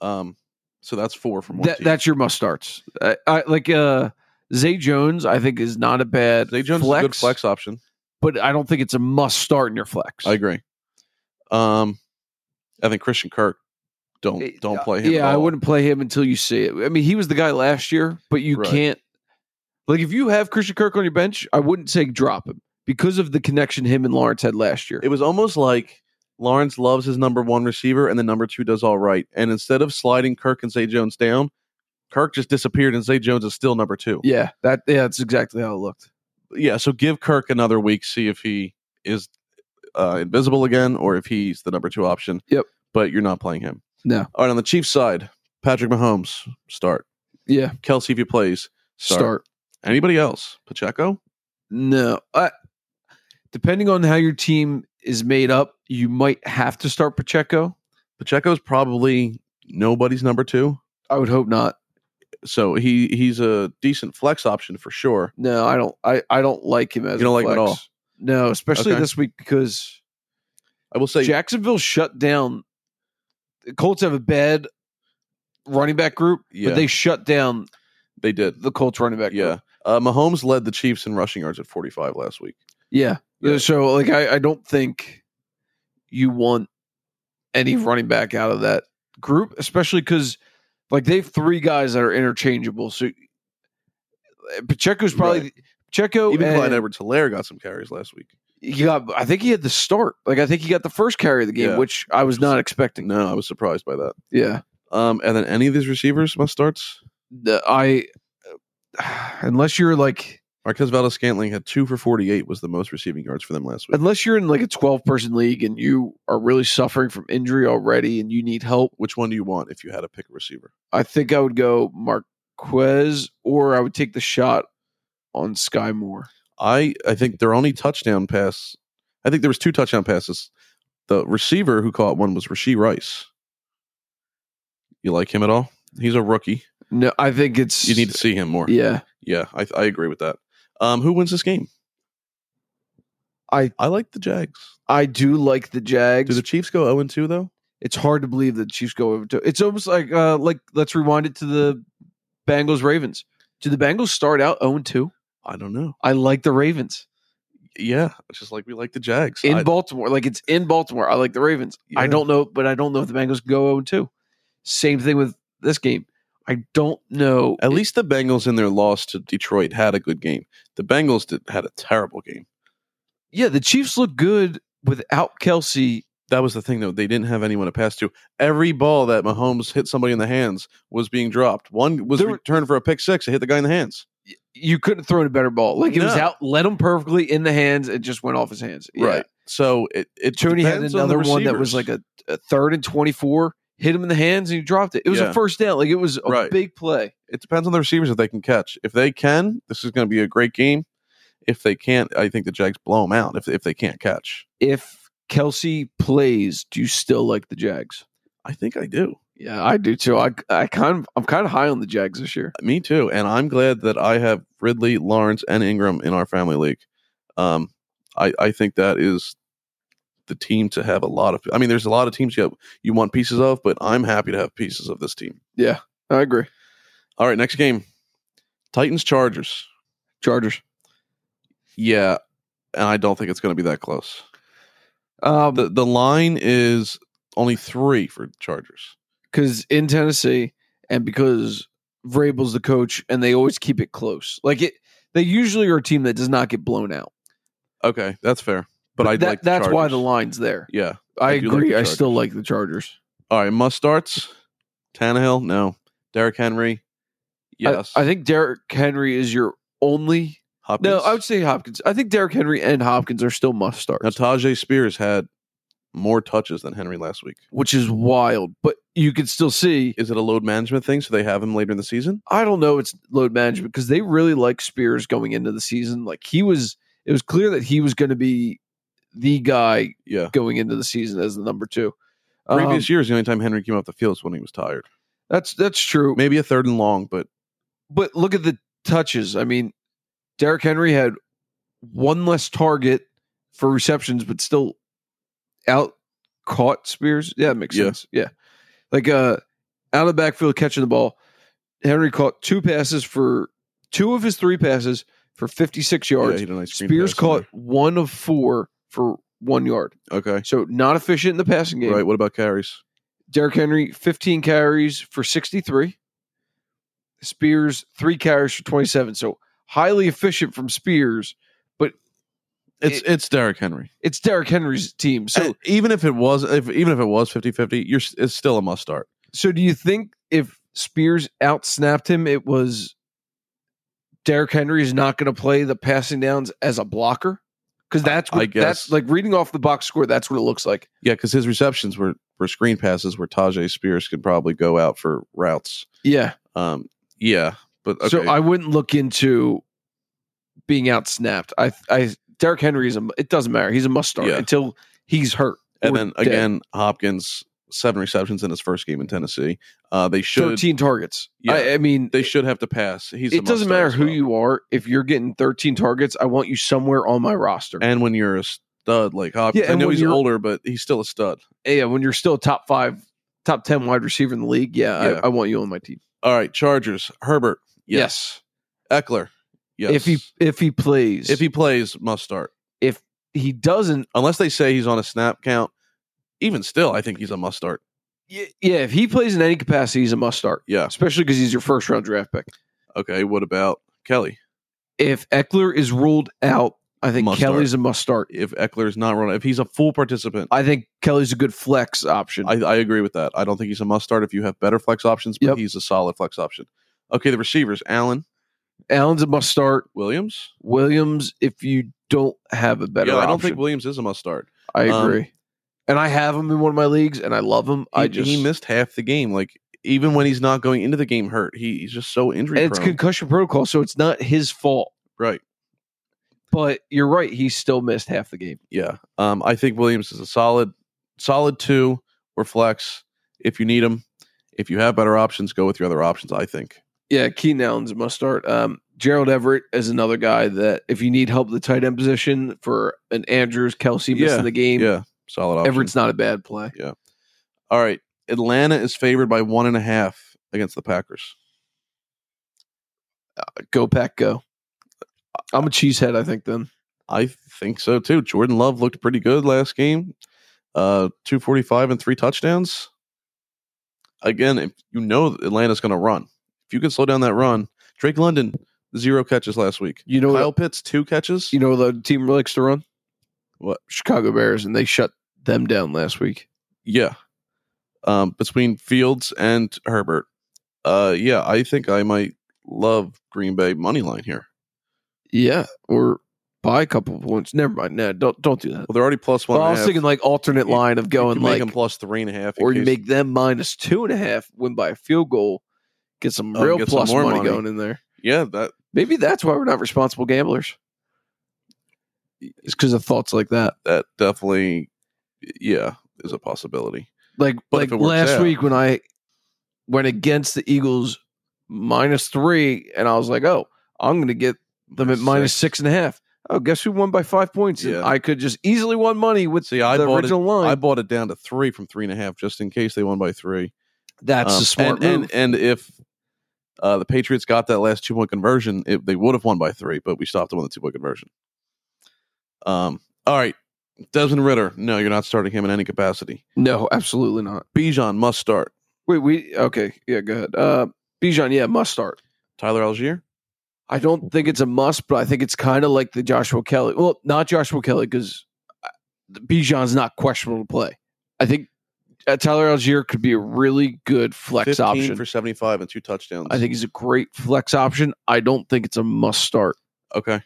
Um. So that's four from one That, team. that's your must starts. I, I like uh Zay Jones. I think is not a bad Zay Jones is a good flex option. but I don't think it's a must start in your flex. I agree. Um, I think Christian Kirk Don't don't play him. at uh, Yeah, I all. wouldn't play him until you see it. I mean, he was the guy last year, but you Right. can't. Like, if you have Christian Kirk on your bench, I wouldn't say drop him because of the connection him and Lawrence had last year. It was almost like Lawrence loves his number one receiver, and the number two does all right. And instead of sliding Kirk and Zay Jones down, Kirk just disappeared, and Zay Jones is still number two. yeah, that yeah, that's exactly how it looked. yeah, so give Kirk another week, see if he is uh, invisible again or if he's the number two option. Yep. But you're not playing him. No. All right, on the Chiefs side, Patrick Mahomes, start. Yeah, Kelsey, if he plays, start. start. Anybody else? Pacheco? No, I, depending on how your team is made up, you might have to start Pacheco. Pacheco's probably nobody's number two. I would hope not. So he he's a decent flex option for sure. No, I don't. I, I don't like him as You don't a like him at flex. all? No, especially Okay. this week because I will say Jacksonville shut down. The Colts have a bad running back group, Yeah. but they shut down they did. the Colts running back. Yeah. group. Uh, Mahomes led the Chiefs in rushing yards at 45 last week. yeah, Uh, Yeah. So like, I, I don't think you want any running back out of that group, especially because like they have three guys that are interchangeable. So uh, Pacheco's probably Pacheco. Even Oh, and- Clyde Edwards Hilaire got some carries last week. he got. I think he had the start. Like I think he got the first carry of the game, Yeah. which I was not expecting. No, I was surprised by that. Yeah, Um, and then any of these receivers must starts. The- I unless you're like Marquez Valdez Scantling had two for forty eight was the most receiving yards for them last week, unless you're in like a 12 person league and you are really suffering from injury already and you need help, Which one do you want if you had to pick a receiver? I think I would go Marquez or I would take the shot on Sky Moore. I I think their only touchdown pass. I think there was two touchdown passes. The receiver who caught one was Rasheed Rice. You like him at all? He's a rookie. No, I think it's You need to see him more. Yeah. Yeah, I, I agree with that. Um, who wins this game? I- I like the Jags. I do like the Do Jags. the Chiefs go zero and two though? it's hard to believe that Chiefs go over to it's almost like uh like let's rewind it to the Bengals Ravens. Do the Bengals start out 0 2? I don't know. I like the Ravens Yeah, it's just like we like the Jags. in I- Baltimore. Like it's in Baltimore. I like the Ravens. I Yeah. don't know, but I don't know if the Bengals go 0 2. Same thing with this game. I don't know. At least the Bengals in their loss to Detroit had a good game. The Bengals did, had a terrible game. Yeah, the Chiefs look good without Kelsey. That was the thing, though. They didn't have anyone to pass to. Every ball that Mahomes hit somebody in the hands was being dropped. One was There were- returned for a pick six. It hit the guy in the hands. You couldn't throw in a better ball. Like it was No. out, let him perfectly in the hands. It just went off his hands. Yeah. Right. So it it Tony had depends on the another one that was like receivers. a, a third and 24, hit him in the hands and he dropped it. It was Yeah. a first down. Like it was a Right. big play. It depends on the receivers if they can catch. If they can, this is going to be a great game. If they can't, I think the Jags blow them out. If if they can't catch, If Kelsey plays, do you still like the Jags? I think I do. Yeah, I do too. I, I kind of I'm kind of high on the Jags this year. Me too. And I'm glad that I have Ridley, Lawrence, and Ingram in our family league. Um, I, I think that is the team to have a lot of. I mean, there's a lot of teams you, you want pieces of, but I'm happy to have pieces of this team. I agree. All right, next game Titans, Chargers. Chargers. Yeah. And I don't think it's going to be that close. Um, The, the line is only three for Chargers. because in Tennessee and because Vrabel's the coach, and they always keep it close. Like it, they usually are a team that does not get blown out. Okay, that's fair. But, I that, like the that's why Chargers. the line's there. Yeah. I, I do like agree. the I still like the Chargers. All right, must starts. Tannehill, no. Derrick Henry, I- yes. I, think Derrick Henry is your only. Hopkins. No, I would say Hopkins. I think Derrick Henry and Hopkins are still must Now, starts, Tajay Spears had more touches than Henry last week. which is wild. But you can still see. Is it a load management thing? So they have him later in the season? I don't know. It's load management because they really like Spears going into the season. Like he was, it was clear that he was going to be the guy Yeah. going into the season as the number two. Um, Previous years, the only time Henry came off the field is when he was tired. that's that's true. Maybe a third and long, but But look at the touches. I mean, Derrick Henry had one less target for receptions, but still out caught Spears. Yeah, that makes Yeah. sense. Yeah, like uh, out of the backfield catching the ball, Henry caught two passes for two of his three passes for fifty six yeah, yards. he did a nice screen Spears pass in caught one of four for one yard. there. Okay. So not efficient in the passing game. Right. What about carries? Derrick Henry, 15 carries for 63. Spears, three carries for 27. So highly efficient from Spears. It's It- it's Derrick Henry. It's Derrick Henry's team. So So even if it was if even if it was 50-50, you're s- it's still a must start. so do you think if Spears outsnapped him, it was Derrick Henry is not going to play the passing downs as a blocker? Because that's I what, that's guess. like reading off the box score. That's what it looks like. Yeah, because his receptions were were screen passes where Tajay Spears could probably go out for routes. Yeah. Um, yeah, but okay. So I wouldn't look into being outsnapped. I I Derrick Henry is a it doesn't matter. He's a must start Yeah. until he's hurt. and or then dead. again, Hopkins seven receptions in his first game in Tennessee. Uh, they should thirteen targets. Yeah. I, I mean, they should have to pass. He's a it doesn't must start matter as who well. you are. If you're getting thirteen targets, I want you somewhere on my roster. and when you're a stud like Hopkins. Yeah, I and know when he's you're- older, but he's still a stud. yeah, when you're still a top five, top ten wide receiver in the league, yeah, Yeah. I, I want you on my team. All right, Chargers. Herbert. Yes. Yes. Eckler. Yes. If he if he plays, if he plays, must start. he doesn't, Unless they say he's on a snap count. Even still, I think he's a must start. y- yeah, if he plays in any capacity, he's a must start, Yeah. especially because he's your first round draft pick. Okay. What about Kelly? if Eckler is ruled out, I think Must Kelly's a must start. If Eckler is not running, if he's a full participant, I think Kelly's a good flex option. I, I agree with that. I don't think he's a must start if you have better flex options, but Yep. he's a solid flex option. Okay. The receivers Allen Allen's a must start. Williams. Williams, if you don't have a better yeah. I don't option. think Williams is a must start. I um, agree. and I have him in one of my leagues, and I love him. He, I just he missed half the game. Like, even when he's not going into the game hurt, he, he's just so injury and it's prone. concussion protocol, so it's not his fault. right. But you're right; he still missed half the game. yeah. Um, I think Williams is a solid, solid two or flex if you need him. If you have better options, go with your other options. I think. Yeah, Keenan Allen's a must start. Um, Gerald Everett is another guy that if you need help at the tight end position for an Andrews Kelsey missing Yeah, the game, Yeah, solid option. Everett's not a bad play. All right, Atlanta is favored by one and a half against the Packers. go pack go. I'm a cheesehead, I think. Then I think so too. Jordan Love looked pretty good last game. Uh, two forty five and three touchdowns. Again, if you know that Atlanta's going to run, if you can slow down that run, Drake London zero catches last week. you know Kyle Pitts two catches. you know the team likes to run What? Chicago Bears, and they shut them down last week. Yeah. Um, between Fields and Herbert. Uh, yeah, I think I might love Green Bay money line here. Yeah, or by a couple points. Never mind. No, don't don't do that. Well, they're already plus one. Well, and I a was half. thinking like alternate You- line of going you can make like, them plus three and a half, in or you case- make them minus two and a half, win by a field goal, get some Oh, real get some plus more money, money. going in there. yeah that Maybe that's why we're not responsible gamblers. It's because of thoughts like that. that definitely yeah is a possibility. like But like if it works last out- week when I went against the Eagles minus three, and I was like, oh, I'm going to get them at minus six and a half. Oh, guess who won by five points? And Yeah. I could just easily won money with See, I the bought it. original line. I bought it down to three from three and a half, just in case they won by three. That's Um, a smart and, move. And, and if uh, the Patriots got that last two point conversion, it, they would have won by three, but we stopped them on the two point conversion. Um. All right, Desmond Ritter. No, you're not starting him in any capacity. no, absolutely not. Bijan must start. Wait, we okay? Yeah, go ahead. Uh, Bijan, yeah, must start. Tyler Algier. I don't think it's a must, but I think it's kind of like the Joshua Kelly. Well, not Joshua Kelly because Bijan's not questionable to play. I think uh, Tyler Algier could be a really good flex 15 option. for 75 and two touchdowns. I think he's a great flex option. I don't think it's a must start. Okay.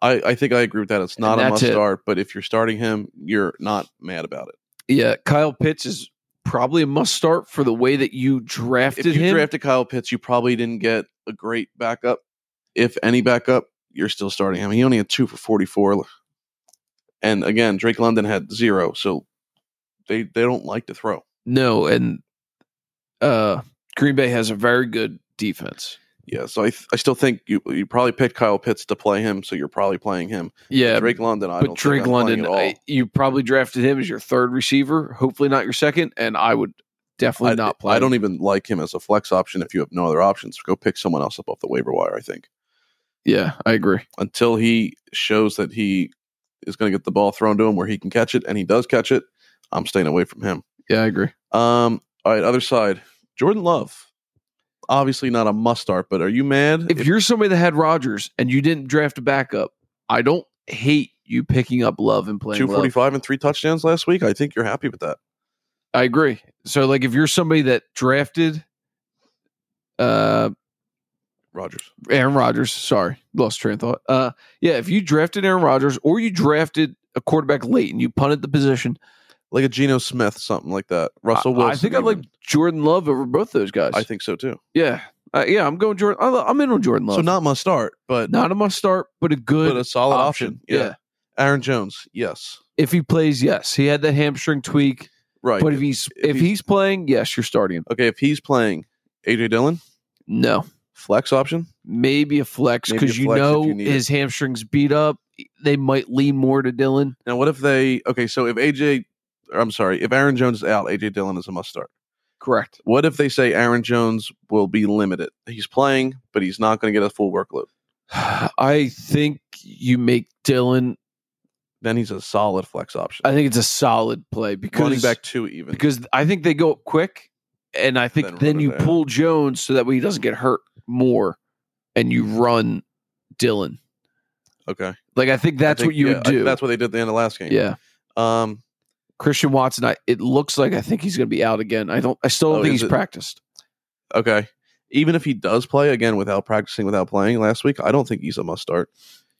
I, I think I agree with that. It's not a that's must it. start, but if you're starting him, you're not mad about it. Yeah, Kyle Pitts is probably a must start for the way that you drafted If you him. drafted Kyle Pitts, you probably didn't get a great backup. If any backup, you're still starting him. He only had two for 44. And again, Drake London had zero, so they they don't like to throw. no, and uh, Green Bay has a very good defense. Yeah, so I th- I still think you you probably picked Kyle Pitts to play him, so you're probably playing him. Yeah, Drake London, I but don't Drake think I'm playing London, at all. I, you probably drafted him as your third receiver. Hopefully not your second, and I would definitely I, not play. I don't e him. even like him as a flex option. If you have no other options, go pick someone else up off the waiver wire. I think Yeah, I agree. until he shows that he is going to get the ball thrown to him where he can catch it, and he does catch it, I'm staying away from him. Yeah, I agree. Um, all right, other side. Jordan Love. Obviously not a must start, but are you mad? If, you're somebody that had Rodgers and you didn't draft a backup, I don't hate you picking up Love and playing Love. 245 and three touchdowns last week, I think you're happy with that. I agree. So like if you're somebody that drafted uh Rogers. Aaron Rodgers, sorry, lost train of thought. Uh yeah, if you drafted Aaron Rodgers or you drafted a quarterback late and you punted the position, Like a Geno Smith, something like that. Russell I- Wilson. I, think I even. like Jordan Love over both those guys. I think so too. yeah. Uh, yeah, I'm going Jordan. I, lo- I'm in on Jordan Love. So not must start, but not a must start, but a good but a solid option. Yeah. yeah. Aaron Jones, yes. If he plays, yes. He had that hamstring tweak. Right. But if he's if if, he's- he's, playing, yes, you're starting him. okay, if he's playing AJ Dillon, No, flex option. maybe a flex Maybe a because you flex if know you need his hamstrings beat up. They might lean more to Dylan. Now what if they okay, so if AJ or I'm sorry, if Aaron Jones is out, AJ Dillon is a must start. Correct. What if they say Aaron Jones will be limited? He's playing, but he's not going to get a full workload. I think you make Dylan. Then he's a solid flex option. I think it's a solid play Running because back two even. because I think they go up quick, and I think Then then, run it you there. pull Jones so that way he doesn't get hurt more, and Mm-hmm. you run Dylan. Okay, Like I think I that's think- what you yeah, would I- do. that's what they did at the end of last game. yeah. Um. Christian Watson, I, it looks like I think he's going to be out again. I don't. I still don't Oh, think is he's it? practiced. Okay. Even if he does play again without practicing, without playing last week, I don't think he's a must start.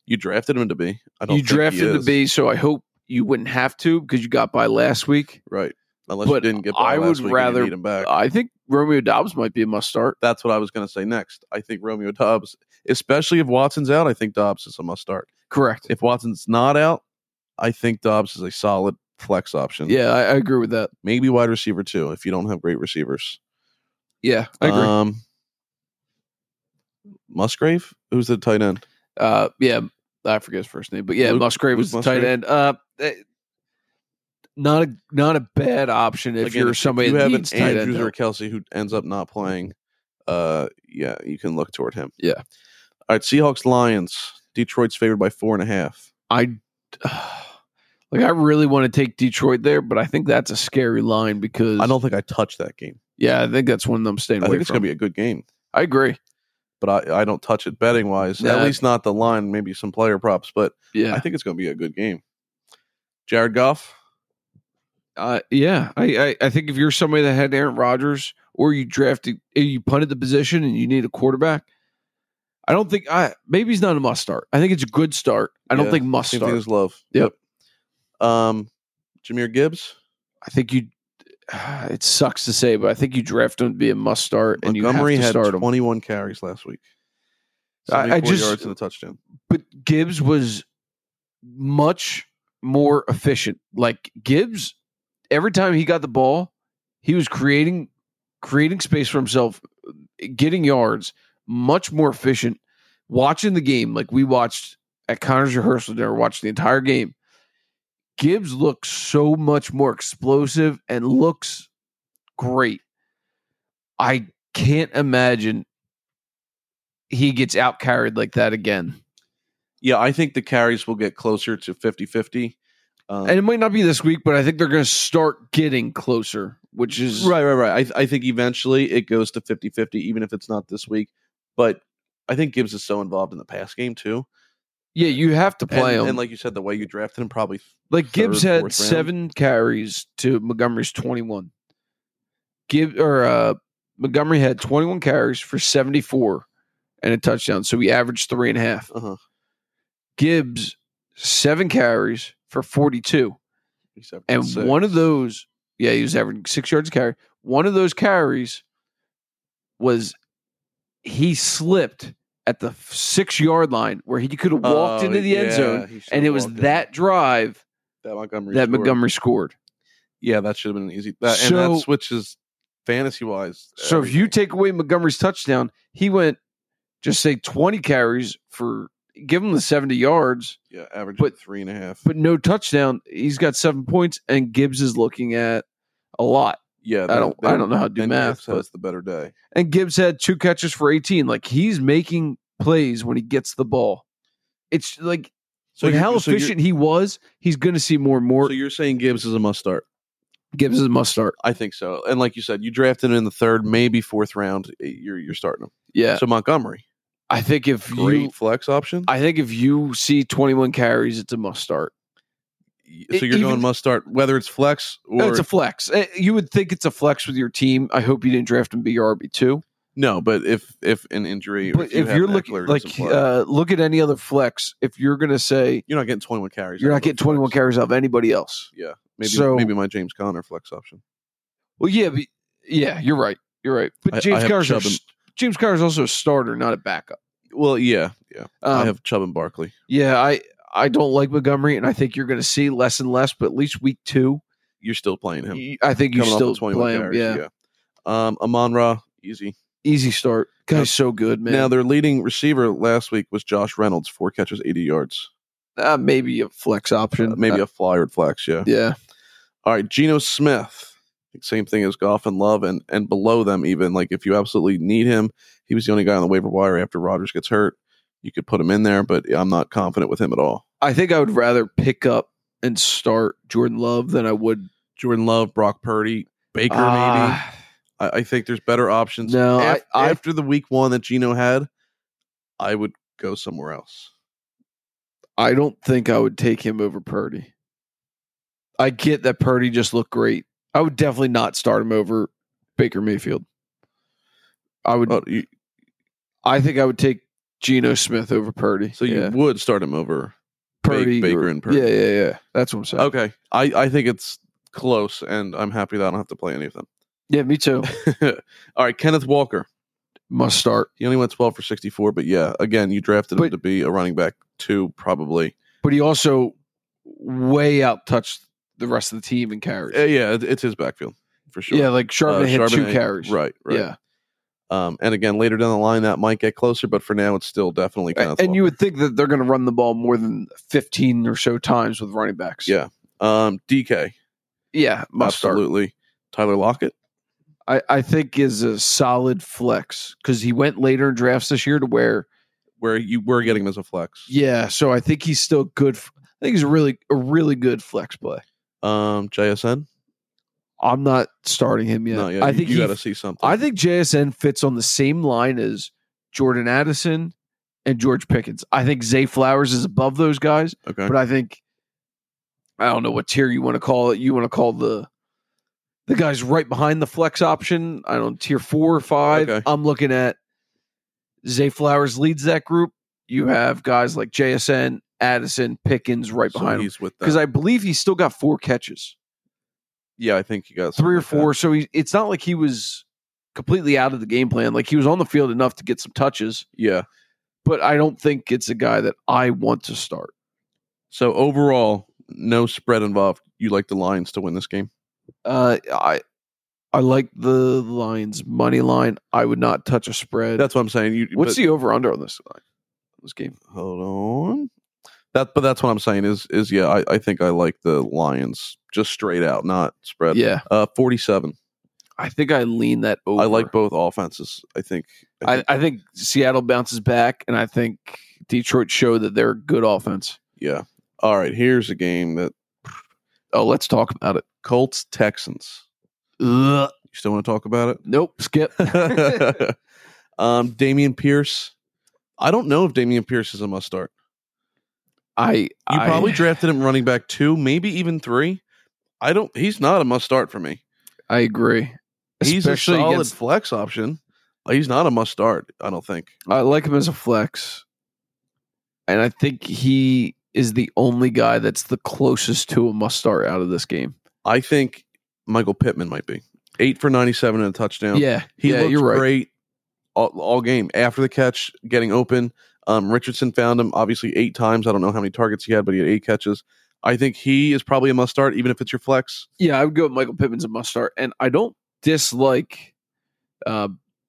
You drafted him to be. I don't. You think he drafted him to is. be, so I hope you wouldn't have to because you got by last week. right, unless you But didn't get. By I last would week and you rather- need him back. I think Romeo Dobbs might be a must start. That's what I was going to say next. I think Romeo Dobbs, especially if Watson's out, I think Dobbs is a must start. Correct. If Watson's not out, I think Dobbs is a solid flex option. Yeah, I, I agree with that. maybe wide receiver too if you don't have great receivers. Yeah, I agree. Uh, Um, Musgrave, who's the tight end? Uh, yeah, I forget his first name, but yeah, Luke- Musgrave was the Luke tight Musgrave? end. Uh, eh, not a not a bad option if Again, you're somebody you that have an needs tight end. Andrews though. or Kelsey who ends up not playing, uh, yeah, you can look toward him. Yeah. All right, Seahawks Lions. Detroit's favored by four and a half. I like I really want to take Detroit there, but I think that's a scary line because I don't think I touch that game. Yeah, I think that's one I'm staying I away think it's from. going to be a good game, I agree. but I, I don't touch it betting wise. At Nah. least not the line. Maybe some player props, but I Yeah, think it's going to be a good game. Jared Goff. uh, yeah. I, I I think if you're somebody that had Aaron Rodgers or you drafted, uh, you punted the position and you need a quarterback. I don't think I maybe he's not a must start. I think it's a good start. I don't Yeah, think must Same thing start. as Love. Yep. Yep. Um, Jameer Gibbs. I think you. It sucks to say, but I think you draft him to be a must start, and Montgomery you have had to start him. 21 carries last week. I- I 74 just- yards and a touchdown. but Gibbs was much more efficient. Like Gibbs, every time he got the ball, he was creating creating space for himself, getting yards, much more efficient. Watching the game, like we watched at Connor's rehearsal dinner, watched the entire game. Gibbs looks so much more explosive and looks great. I can't imagine he gets out carried like that again. Yeah, I think the carries will get closer to 50 50. Um, and it might not be this week, but I think they're going to start getting closer, which is right, right, right. I, I think eventually it goes to 50 50, even if it's not this week. But I think Gibbs is so involved in the pass game, too. Yeah, you have to play and, them. and like like you said, the way you drafted him, probably. Gibbs third, had fourth round. seven carries to Montgomery's twenty-one. Gibb or uh, Montgomery had twenty-one carries for seventy-four and a touchdown, so he averaged three and a half. Uh-huh. Gibbs seven carries for forty-two, he's averaging and six. one of those, yeah, he was averaging six yards a carry. One of those carries was he slipped at the six-yard line where he could have walked Oh, into the end yeah, zone. he should And have it was walked in. that drive that Montgomery. that scored. Montgomery scored. Yeah, that should have been an easy. That, and So- that switches fantasy wise. So if you take away Montgomery's touchdown, he went just say 20 carries for give him the 70 yards, yeah, average but- three and a half. but no touchdown. He's got seven points, and Gibbs is looking at a lot. yeah, I don't I don't know how to do then math. Gibbs But, has the better day. and Gibbs had two catches for 18. Like he's making plays when he gets the ball. It's like So with you're- how so you're- efficient he was, he's gonna see more and more. So you're saying Gibbs is a must start? Gibbs is a must start. I think so. And like you said, you drafted him in the third, maybe fourth round. eh, You're you're starting him. Yeah. So Montgomery, I think if great you flex option. I think if you see 21 carries, it's a must start. so you're e, even- going must start, whether it's flex or it's a flex. Eh, You would think it's a flex with your team. I hope you didn't draft him be your RB two. no. But if if an injury, or But you if have you're an looking Eckler like doesn't play, uh, look at any other flex, if you're gonna say you're not getting 21 carries. you're out not of a getting 21 flex. carries out of anybody else. Maybe so- maybe my James Conner flex option. Well, yeah, but, yeah, you're right. You're right. I- I But James have Carr's a Chubb and- s- James Carr is also a starter, not a backup. Well, yeah, yeah. I Um, have Chubb and Barkley. yeah, I I don't like Montgomery, and I think you're gonna see less and less. But at least week two, You're still playing him. y- I think you Coming off still of 21 play him. carries, Yeah. yeah. Um, Amon Ra, easy. easy start. Guy's Now- so good, man. Now their leading receiver last week was Josh Reynolds, four catches, 80 yards. uh, maybe a flex option. Uh, maybe Uh, a flyer at flex, yeah. yeah. All right, Geno Smith. Same thing as Goff and Love, and and below them even. Like if you absolutely need him, he was the only guy on the waiver wire after Rodgers gets hurt. You could put him in there, but I'm not confident with him at all. I think I would rather pick up and start Jordan Love than I would Jordan Love, Brock Purdy, Baker, maybe. Ah, I, I think there's better options. No, I- Af- I- after the week one that Gino had, I would go somewhere else. I don't think I would take him over Purdy. I get that Purdy just looked great. I would definitely not start him over Baker Mayfield. I would. Oh, you, I think I would take Geno Smith over Purdy. so you Yeah. would start him over Ba- Baker or- and Purdy. Yeah, yeah, yeah. That's what I'm saying. Okay, I, I think it's close, and I'm happy that I don't have to play any of them. Yeah, me too. All right, Kenneth Walker. Must start. He only went 12 for 64, but yeah, again, you drafted him But- to be a running back two, probably. But he also way out touched the rest of the team in carries. Uh, yeah, it- it's his backfield for sure. Yeah, like Uh, Charbonnet hit two Charbonnet, carries. Right, right. Yeah. Um, and again, later down the line, that might get closer, but for now, it's still definitely Kenneth and you Walker. would think that they're going to run the ball more than 15 or so times with running backs. Yeah. um, DK, Yeah. Must start. absolutely. Tyler Lockett, I, I think is a solid flex because he went later in drafts this year to where, where you were getting him as a flex. yeah. So I think he's still good. f- I think he's a really, a really good flex play. Um, JSN, I'm not starting him yet. no, yeah, I think you he- got to see something. I think JSN fits on the same line as Jordan Addison and George Pickens. I think Zay Flowers is above those guys. okay. but I think I don't know what tier you want to call it. You want to call the the guys right behind the flex option. I don't tier four or five. Okay. I'm looking at Zay Flowers leads that group. You have guys like JSN, Addison, Pickens right So behind him he's with because them. I believe he's still got four catches, yeah, I think you got three or something four. So he, it's not like he was completely out of the game plan. Like he was on the field enough to get some touches, like that. Yeah. but I don't think it's a guy that I want to start. So overall, no spread involved. You like the Lions to win this game. Uh, I I like the Lions money line. I would not touch a spread. That's what I'm saying. You, What's but- the over under on this line? This game. hold on? That, but that's what I'm saying is is yeah. I, I think I like the Lions just straight out, not spread. Yeah, Uh, 47. I think I lean that over. I like both offenses. I think. I I, think I think Seattle bounces back, and I think Detroit showed that they're a good offense. yeah. All right. Here's a game that Oh, let's talk about it. Colts Texans. Ugh. You still want to talk about it? Nope, skip. um, Damian Pierce. I don't know if Damian Pierce is a must start. I You I- probably drafted him running back two, maybe even three. I don't. He's not a must start for me. I agree. He's Especially a solid against, flex option. He's not a must start. I don't think. I like him as a flex, and I think he is the only guy that's the closest to a must start out of this game. I think Michael Pittman might be eight for ninety-seven and a touchdown. Yeah, he yeah, looked you're right. great all, all game after the catch, getting open. Um, Richardson found him obviously eight times. I don't know how many targets he had, but he had eight catches. I think he is probably a must start, even if it's your flex. Yeah, I would go with Michael Pittman's a must start, and I don't dislike uh,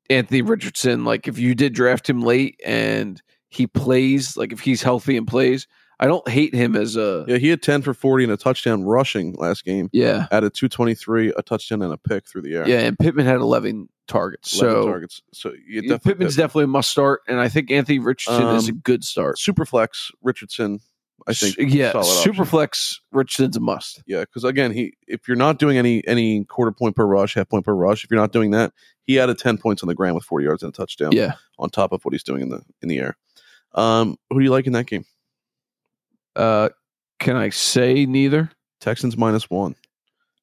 Anthony Richardson. Like if you did draft him late and he plays, like if he's healthy and plays, I don't hate him as a Yeah, he had ten for forty and a touchdown rushing last game. yeah Added two twenty-three, a touchdown and a pick through the air. yeah. and Pittman had eleven targets, 11 so targets. So you yeah, definitely Pittman's definitely a must start, and I think Anthony Richardson is a Um, good start. super flex Richardson. I think. S- yeah, solid option. super flex Richardson's a must. Yeah, because again, he if you're not doing any any quarter point per rush, half point per rush, if you're not doing that, he added ten points on the ground with forty yards and a touchdown Yeah, on top of what he's doing in the in the air. Um, who do you like in that game? uh, can I say neither? Texans minus one.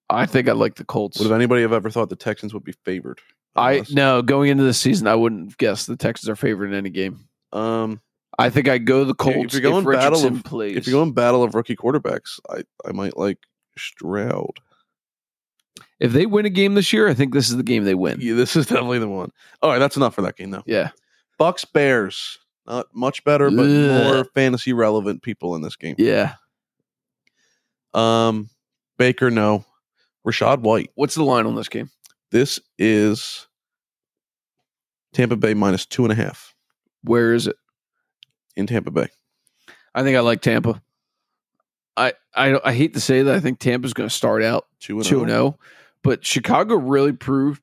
I think I like the Colts. Would have anybody have ever thought the Texans would be favored? Uh, I Unless- no going into the season, I wouldn't have guessed the Texans are favored in any game. um I think I go the you're Colts. if going battle Richardson of- plays. if you're going battle of rookie quarterbacks, I I might like Stroud. if they win a game this year, I think this is the game they win. Yeah, this is definitely the one. All right, that's enough for that game though. Yeah, Bucks Bears. Not much better, but Ugh. more fantasy relevant people in this game. yeah. Um, Baker, no. Rashad White. What's the line on this game? This is Tampa Bay minus two and a half Where is it? in Tampa Bay. I think I like Tampa. I I, I hate to say that. I think Tampa's going to start out Two and oh. two two and oh. zero, but Chicago really proved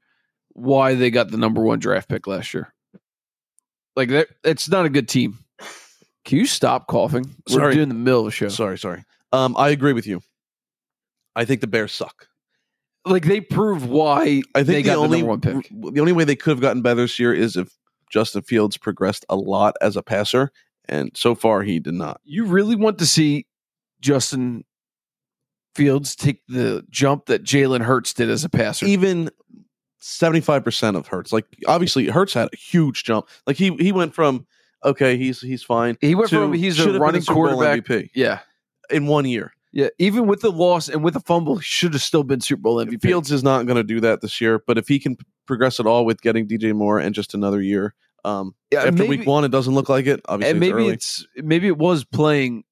why they got the number one draft pick last year. Like that, it's not a good team. Can you stop coughing? We're Sorry. doing the middle of the show. Sorry, sorry. Um, I agree with you. I think the Bears suck. Like they prove why I think they the got only the number one pick. the only way they could have gotten better this year is if Justin Fields progressed a lot as a passer, and so far he did not. You really want to see Justin Fields take the jump that Jalen Hurts did as a passer. even 75% of Hertz. Like obviously Hertz had a huge jump. Like he he went from okay, he's he's fine. he went to from he's should have a been running Super Bowl quarterback. MVP Yeah, in one year. yeah. Even with the loss and with the fumble, he should have still been Super Bowl MVP. Fields is not going to do that this year, but if he can p- progress at all with getting DJ Moore and just another year um yeah, after Uh, maybe- week 1 it doesn't look like it. Obviously and it's maybe early. it's maybe it was playing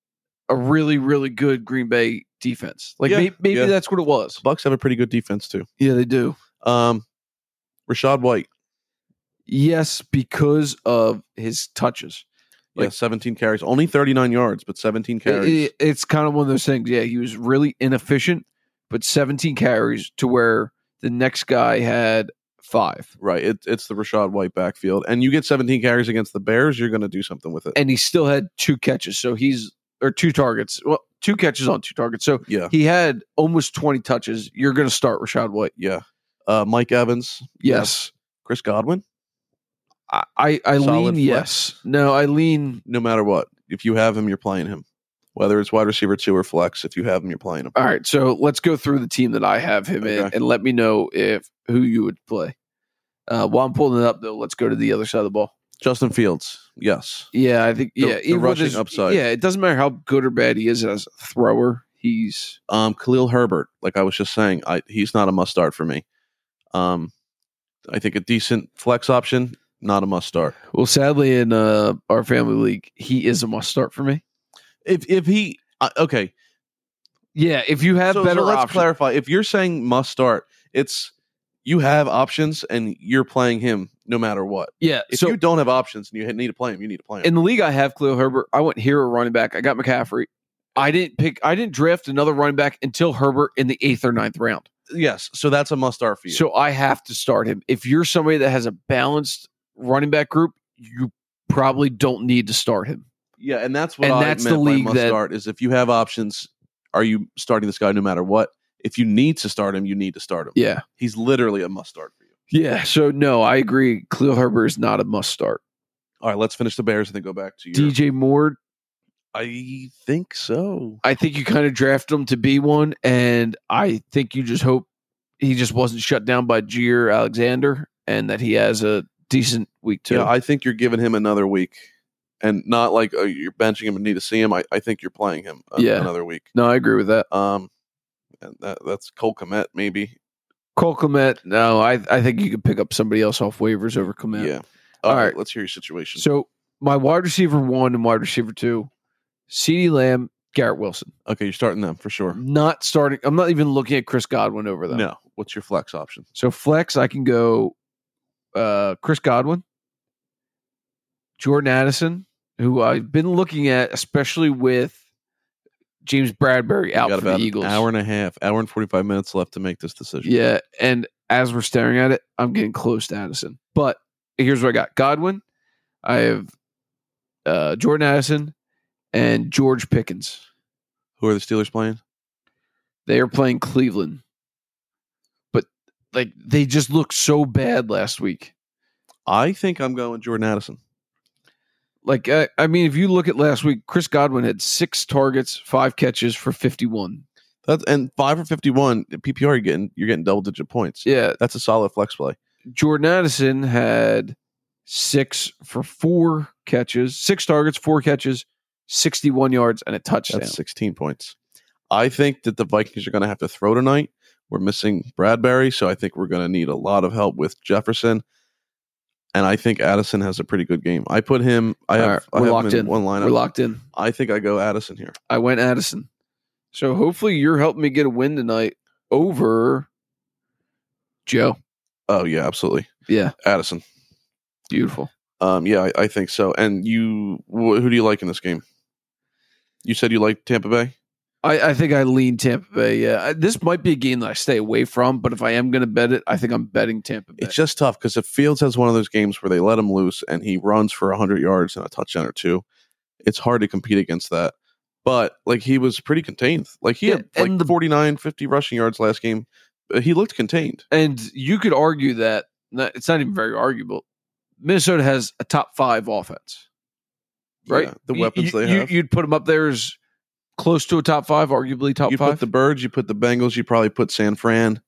a really really good Green Bay defense. Like Yeah, may- maybe yeah. that's what it was. Bucks have a pretty good defense too. Yeah, they do. Um Rashad White, Yes, because of his touches. like Like- 17 carries, only 39 yards, but 17 It- carries. it- it's kind of one of those things. Yeah, he was really inefficient, but 17 carries to where the next guy had five, Right, it, it's the Rashad White backfield, and you get 17 carries against the Bears, you're going to do something with it. and he still had two catches. So he's or two targets. Well, two catches on two targets. So Yeah. he had almost 20 touches. You're going to start Rashad White. Yeah. Uh, Mike Evans. Yes. Chris Godwin. I I, I lean Solid flex. yes. No, I lean. No matter what, if you have him, you're playing him. Whether it's wide receiver two or flex, if you have him, you're playing him. All right, so let's go through the team that I have him in, Okay. and let me know if who you would play. Uh, while I'm pulling it up, though, let's go to the other side of the ball. Justin Fields. Yes. Yeah, I think The- yeah, the even with rushing his- upside. Yeah, it doesn't matter how good or bad he is as a thrower. He's Um, Khalil Herbert. Like I was just saying, I, he's not a must start for me. Um, I think a decent flex option, not a must start. well, sadly, in uh, our family league, he is a must start for me. If if he uh, okay, Yeah, if you have so, so better let's options, clarify. If you're saying must start, it's you have options and you're playing him no matter what. yeah. If so you don't have options and you need to play him, you need to play him. in the league I have Cleo Herbert. I went hero running back. I got McCaffrey. I didn't pick. I didn't draft another running back until Herbert in the eighth or ninth round. yes, so that's a must start for you. So I have to start him. If you're somebody that has a balanced running back group, you probably don't need to start him. Yeah, and that's what And I that's the meant by league must that- start is if you have options, are you starting this guy no matter what? If you need to start him, you need to start him. Yeah. He's literally a must start for you. Yeah. So no, I agree. Cleo Herbert is not a must start. All right, let's finish the Bears and then go back to your. DJ Moore, I think so. I think you kind of draft him to be one, and I think you just hope he just wasn't shut down by Jeer Alexander and that he has a decent week two. Yeah, I think you're giving him another week, and not like uh, you're benching him and need to see him. I, I think you're playing him a- Yeah. another week. no, I agree with that. Um, and that, that's Cole Komet maybe. Cole Clement, no, I I think you could pick up somebody else off waivers over Clement. Yeah. All All right, right. let's hear your situation. So my wide receiver one and wide receiver two, CeeDee Lamb, Garrett Wilson. okay, you're starting them for sure. Not starting. I'm not even looking at Chris Godwin over them. No, what's your flex option? So flex, I can go uh, Chris Godwin, Jordan Addison, who I've been looking at, especially with James Bradbury out got for about the Eagles. An hour and a half, hour and forty five minutes left to make this decision. Yeah, and as we're staring at it, I'm getting close to Addison. But here's what I got: Godwin, I have uh, Jordan Addison, and George Pickens. Who are the Steelers playing? They are playing Cleveland. But like they just looked so bad last week. I think I'm going Jordan Addison. Like I, I mean, if you look at last week, Chris Godwin had six targets, five catches for fifty-one. That's and five for fifty-one in PPR. You're getting you're getting double digit points. Yeah, That's a solid flex play. Jordan Addison had six for four catches, six targets, four catches, 61 yards, and a touchdown. That's sixteen points. I think that the Vikings are going to have to throw tonight. We're missing Bradbury, so I think we're going to need a lot of help with Jefferson. And I think Addison has a pretty good game. I put him. I All have, right, I we're have locked him in. one lineup. We're locked in. I think I go Addison here. I went Addison. So hopefully you're helping me get a win tonight over Joe. Oh yeah, absolutely, Yeah, Addison. beautiful. Um, yeah, I, I think so. And you, wh- who do you like in this game? You said you like Tampa Bay. I, I think I lean Tampa Bay. Yeah, I, this might be a game that I stay away from, but if I am going to bet it, I think I'm betting Tampa Bay. It's just tough because if Fields has one of those games where they let him loose and he runs for hundred yards and a touchdown or two, it's hard to compete against that. But like he was pretty contained. Like he Yeah, had like and the- 49, 50 rushing yards last game. but He looked contained. And you could argue that not, it's not even very arguable. Minnesota has a top five offense, right? Yeah, the You- weapons you, they you, have. You'd put them up there as close to a top five, arguably top you five. put the Birds, you put the Bengals, you probably put San Fran.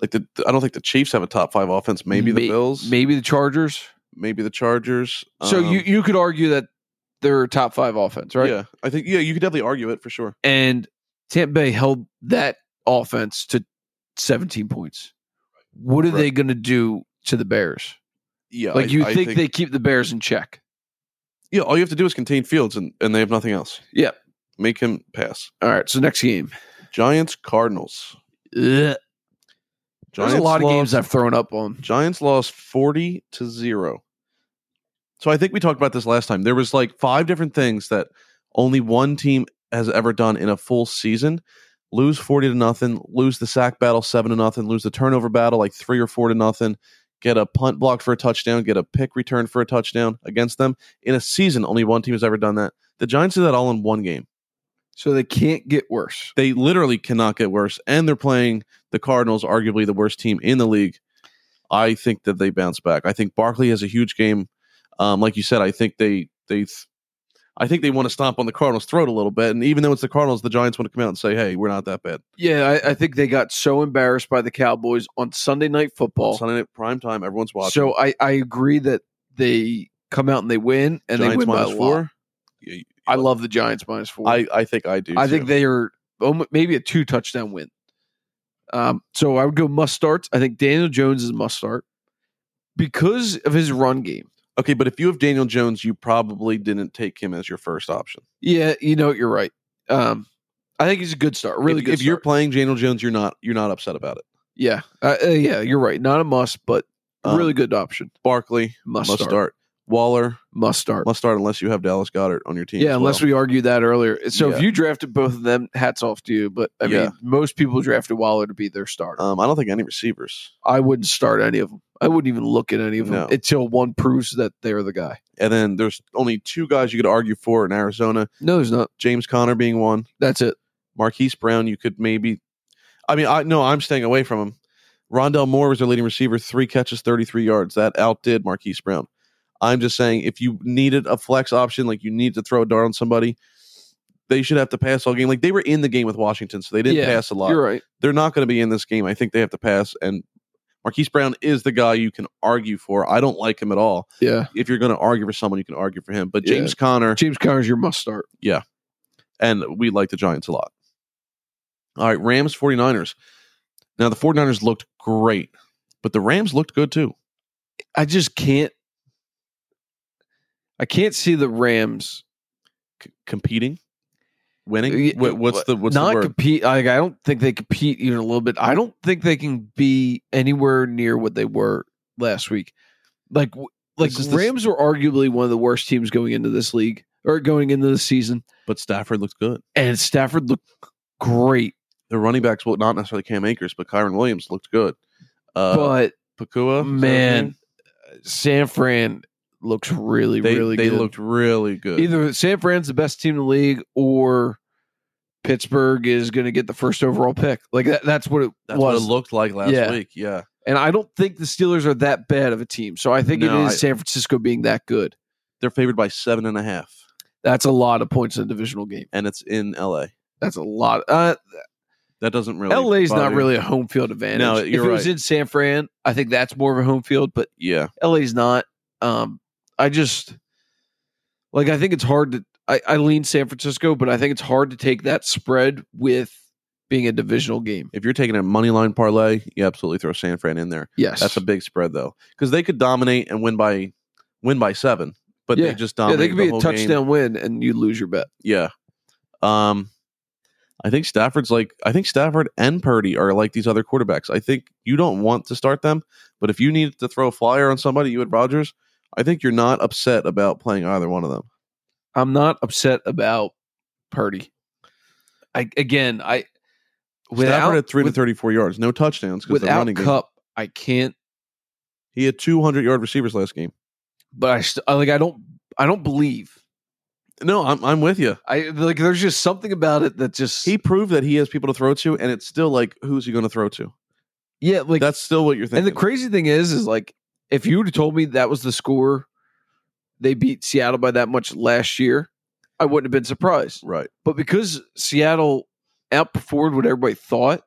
Like the, I don't think the Chiefs have a top five offense. Maybe the May- Bills, maybe, maybe the Chargers. the Chargers. So Um, you you could argue that they're a top five offense, right? Yeah, I think yeah, you could definitely argue it for sure. And Tampa Bay held that offense to 17 points. What are Right. they going to do to the Bears? Yeah, Like I- you I think they keep the Bears in check? yeah, all you have to do is contain Fields, and, and they have nothing else. Yeah. make him pass. All right, so next game. Giants Cardinals. Ugh. Giants There's a lot of lost, games I've thrown up on. Giants lost forty to zero. So I think we talked about this last time. There was like five different things that only one team has ever done in a full season. Lose forty to nothing, lose the sack battle seven to nothing, lose the turnover battle like three or four to nothing, get a punt block for a touchdown, get a pick return for a touchdown against them. In a season, only one team has ever done that. The Giants did that all in one game. So they can't get worse. They literally cannot get worse, and they're playing the Cardinals, arguably the worst team in the league. I think that they bounce back. I think Barkley has a huge game. Um, like you said, I think they they I think they want to stomp on the Cardinals' throat a little bit. And even though it's the Cardinals, the Giants want to come out and say, "Hey, we're not that bad." Yeah, I, I think they got so embarrassed by the Cowboys on Sunday night football. Sunday night prime time, everyone's watching. so I, I agree that they come out and they win and they Giants win by a minus lot. Yeah, you- I love the Giants minus four. I I think I do. I think too. they are almo- maybe a two touchdown win. Hmm. Um, so I would go must starts. I think Daniel Jones is a must start because of his run game. okay, but if you have Daniel Jones, you probably didn't take him as your first option. Yeah, you know you're right. Um, I think he's a good start, really if, good. If you're start. playing Daniel Jones, you're not you're not upset about it. yeah, uh, uh, yeah, you're right. Not a must, but a Um, really good option. Barkley Must, must start. start. Waller Must start. must start unless you have Dallas Goddard on your team. yeah, unless we argued that earlier. So Yeah. if you drafted both of them, hats off to you. But I Yeah. mean, most people drafted Waller to be their starter. Um, I don't think any receivers. I wouldn't start any of them. I wouldn't even look at any of them No. until one proves that they're the guy. And then there's only two guys you could argue for in Arizona. No, there's not. James Conner being one. That's it. Marquise Brown, you could maybe. I mean, I no, I'm staying away from him. Rondell Moore was their leading receiver, three catches, 33 yards. That outdid Marquise Brown. I'm just saying, if you needed a flex option, like you need to throw a dart on somebody, they should have to pass all game. Like they were in the game with Washington, so they didn't Yeah, pass a lot. You're right. They're not going to be in this game. I think they have to pass. And Marquise Brown is the guy you can argue for. I don't like him at all. Yeah. if you're going to argue for someone, you can argue for him. But Yeah. James Conner, James Conner's your must start. and we like the Giants a lot. All right, Rams 49ers. Now, the 49ers looked great, but the Rams looked good too. I just can't. I can't see the Rams C- competing, winning. Yeah, What, what's the what's not the word? compete. Like I don't think they compete even a little bit. I don't think they can be anywhere near what they were last week. Like w- like This is the s- Rams were arguably one of the worst teams going into this league or going into the season, but Stafford looks good. and Stafford looked great, The running backs, well, not necessarily Cam Akers, but Kyron Williams looked good. Uh, but Pakua, is that his man, name? San Fran looks really, They, really they good. looked really good. Either San Fran's the best team in the league or Pittsburgh is going to get the first overall pick. Like that, that's what it That's was. what it looked like last Yeah. week. Yeah. and I don't think the Steelers are that bad of a team. So I think No, it is I- San Francisco being that good. They're favored by seven and a half, That's a lot of points in a divisional game. and it's in LA. That's a lot. Uh, That doesn't really. LA's not bother- really a home field advantage. No, if it you're was right. in San Fran, I think that's more of a home field, but Yeah. LA's not. Um, I just like I think it's hard to I, I lean San Francisco, but I think it's hard to take that spread with being a divisional game. If you're taking a money line parlay, you absolutely throw San Fran in there. Yes. That's a big spread though, because they could dominate and win by win by seven, but Yeah. they just yeah, dominate. they could be the a whole game. touchdown win and you lose your bet. Yeah. Um, I think Stafford's like I think Stafford and Purdy are like these other quarterbacks. I think you don't want to start them, but if you needed to throw a flyer on somebody, you had Rodgers. I think you're not upset about playing either one of them. I'm not upset about Purdy. I again I Stafford without had three with- to thirty-four yards, no touchdowns because the without running game. Cup, I can't He had two hundred yard receivers last game. but I st- I, like I don't I don't believe. No, I'm I'm with you. I like there's just something about it that just He proved that he has people to throw to, and it's still like, who's he going to throw to? yeah like That's still what you're thinking. And the crazy thing is, is like if you would have told me that was the score, they beat Seattle by that much last year, I wouldn't have been surprised. right? But because Seattle outperformed what everybody thought,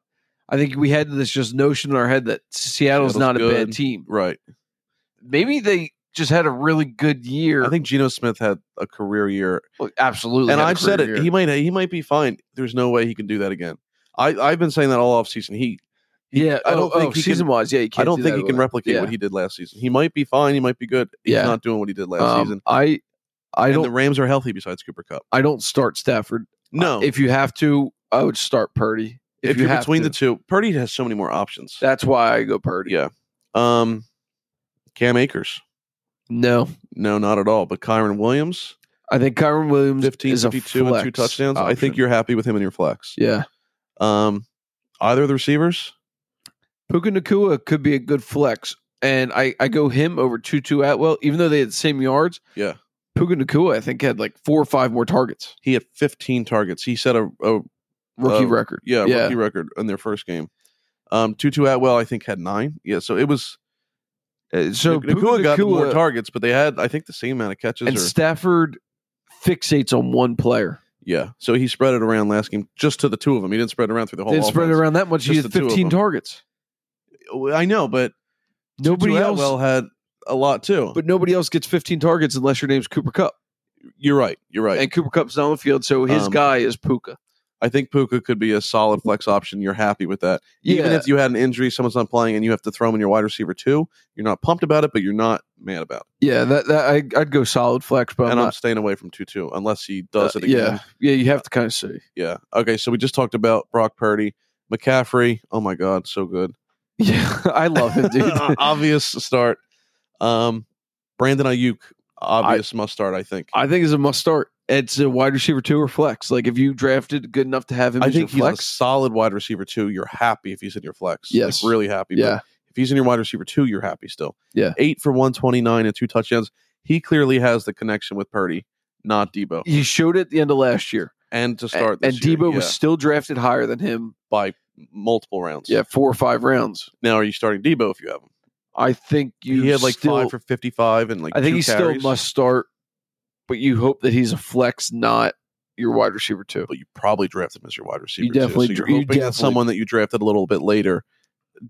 I think we had this just notion in our head that Seattle's Seattle's not a bad good. team. Right. Maybe they just had a really good year. I think Geno Smith had a career year Well, absolutely. and had a I've said it. career He year. might he might be fine. There's no way he can do that again. I I've been saying that all offseason. He yeah. I don't oh, think oh, he can- season wise. Yeah, you can't I don't do think that he can with- replicate yeah. what he did last season. He might be fine. He might be good. He's Yeah. not doing what he did last Um, season. I, I and don't, the Rams are healthy besides Cooper Cup. I don't start Stafford. No, if, If you have to, I would start Purdy. If, you you're have between to. the two, Purdy has so many more options. That's why I go Purdy. yeah. Um, Cam Akers. No, No, not at all. But Kyron Williams, I think Kyron Williams 15, is a 52 and two flex touchdowns. I think option. you're happy with him in your flex. Yeah, Um, either of the receivers. Puka Nakua could be a good flex, and I I go him over Tutu Atwell, even though they had the same yards. Yeah. Puka Nakua I think had like four or five more targets, He had 15 targets. He set a, a Oh, rookie record. yeah, Yeah. rookie record in their first game. Um, Tutu Atwell, I think, had nine. Yeah, so it was. so Nak- Nakua Puka Uh, got the more Nakua- targets, but they had, I think, the same amount of catches. And or, Stafford fixates on one player. yeah, so he spread it around last game just to the two of them. He didn't spread it around through the whole. Didn't spread it around that much. He Just had the two of 15 them. targets. around. I know, but Nobody Tutu else, Atwell had a lot too. But but nobody else gets 15 targets unless your name's Cooper Cup, you're right. You're right. and Cooper Cup's not on the field, so his Um, guy is Puka. I think Puka could be a solid flex option. You're happy with that, even if you had an injury, someone's not playing, and you have to throw him in your wide receiver too. You're not pumped about it, but you're not mad about it. Yeah, that, that I, I'd go solid flex, but I'm and I'm not. staying away from Tutu unless he does uh, it again. Yeah, yeah, you have to kind of see. Yeah. Okay. So we just talked about Brock Purdy, McCaffrey. Oh my God, so good. Uh, Yeah, I love it, dude. obvious start. Um, Brandon Ayuk, obvious must start. I think. I, I think it's a must start. It's a wide receiver two or flex. Like if you drafted good enough to have him, as think your he's a flex. solid wide receiver too. You're happy if he's in your flex. Like, Yes. really happy. But yeah, If he's in your wide receiver two, you're happy still. Yeah. Eight for one twenty nine and two touchdowns. He clearly has the connection with Purdy, not Debo. he showed it at the end of last year, And to start, and, this and year, Debo was yeah, still drafted higher than him. by multiple rounds. Yeah, four or five rounds. Now, are you starting Debo if you have him? I think you he had like still, five for fifty five and like. I think two he still carries. must start, but you hope that he's a flex, not your wide receiver two. but you probably drafted him as your wide receiver. too. definitely So dr- you're you hoping that definitely- someone that you drafted a little bit later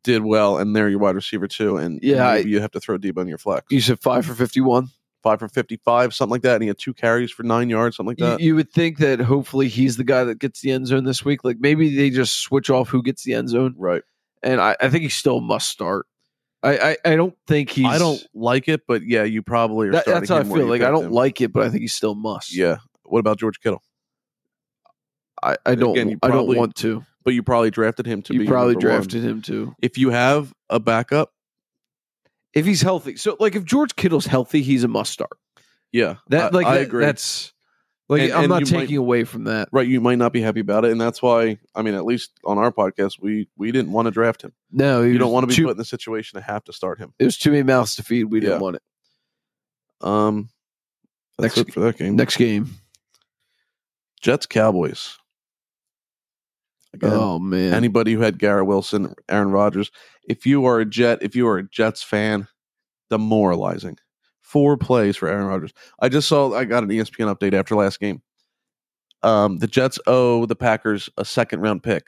did well, and they're your wide receiver too. And and Yeah, I- maybe you have to throw Debo in your flex. You said five for fifty-one. Five for fifty-five, something like that, and he had two carries for nine yards, something like you, that. you would think that hopefully he's the guy that gets the end zone this week. Like maybe they just switch off who gets the end zone, right. and I, I think he still must start. I, I, I don't think he's. I don't like it, but yeah, you probably are. That, starting that's how I him where feel. you Like I picked don't him. like it, but I think he still must. Yeah. What about George Kittle? I, I don't. Again, you I don't probably- want to. But you probably drafted him to be You your probably number one. drafted him too If you have a backup, if he's healthy. So like if George Kittle's healthy, he's a must start. yeah, That I, like I that- agree. That's like And- I'm and not you might- taking away from that. right. You might not be happy about it, and that's why. I mean, at least on our podcast, we we didn't want to draft him. No, You don't want to be too, put in the situation to have to start him. It was too many mouths to feed. We Yeah. didn't want it. Um, that's Next- it for that game. Next game. Jets Cowboys. Again, Oh man. anybody who had Garrett Wilson, Aaron Rodgers. If you are a Jet, if you are a Jets fan, demoralizing. Four plays for Aaron Rodgers. I just saw. I got an E ESPN update after last game. Um, the Jets owe the Packers a second round pick.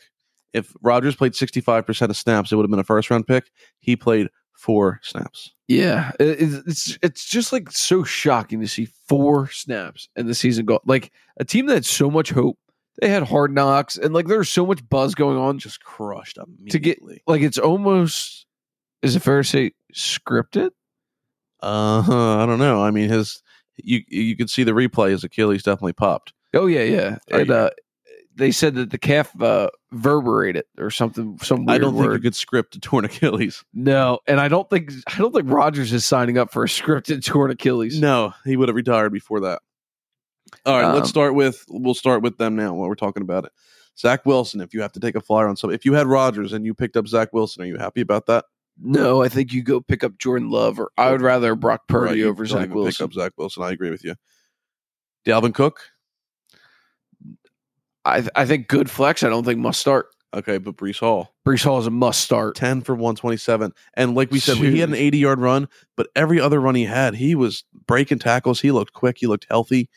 If Rodgers played sixty five percent of snaps, it would have been a first round pick. He played four snaps. yeah, it- it's it's- it's just like so shocking to see four snaps and the season go like a team that had so much hope. They had hard knocks and like there's so much buzz going on. Just crushed immediately. To get- Like it's almost is it fair to say scripted? uh, I don't know. I mean, his you you could see the replay. His Achilles definitely popped. Oh yeah, yeah. Are And you- uh, they said that the calf uh, verberated or something. Some weird I don't think word. you could script a torn Achilles. No, and I don't think I don't think Rogers is signing up for a scripted torn Achilles. No, he would have retired before that. All right, Um, let's start with we'll start with them now while we're talking about it. Zach Wilson, if you have to take a flyer on some, if you had Rodgers and you picked up Zach Wilson, are you happy about that? No, I think you go pick up Jordan Love, or I would rather Brock Purdy Right, you over don't Zach even Wilson. Pick up Zach Wilson. I agree with you. Dalvin Cook. I I think good flex. I don't think must start. Okay, but Brees Hall, Brees Hall is a must start. ten for one twenty seven, and like we said, he had an Jeez. eighty yard run, but every other run he had, he was breaking tackles. He looked quick. He looked healthy.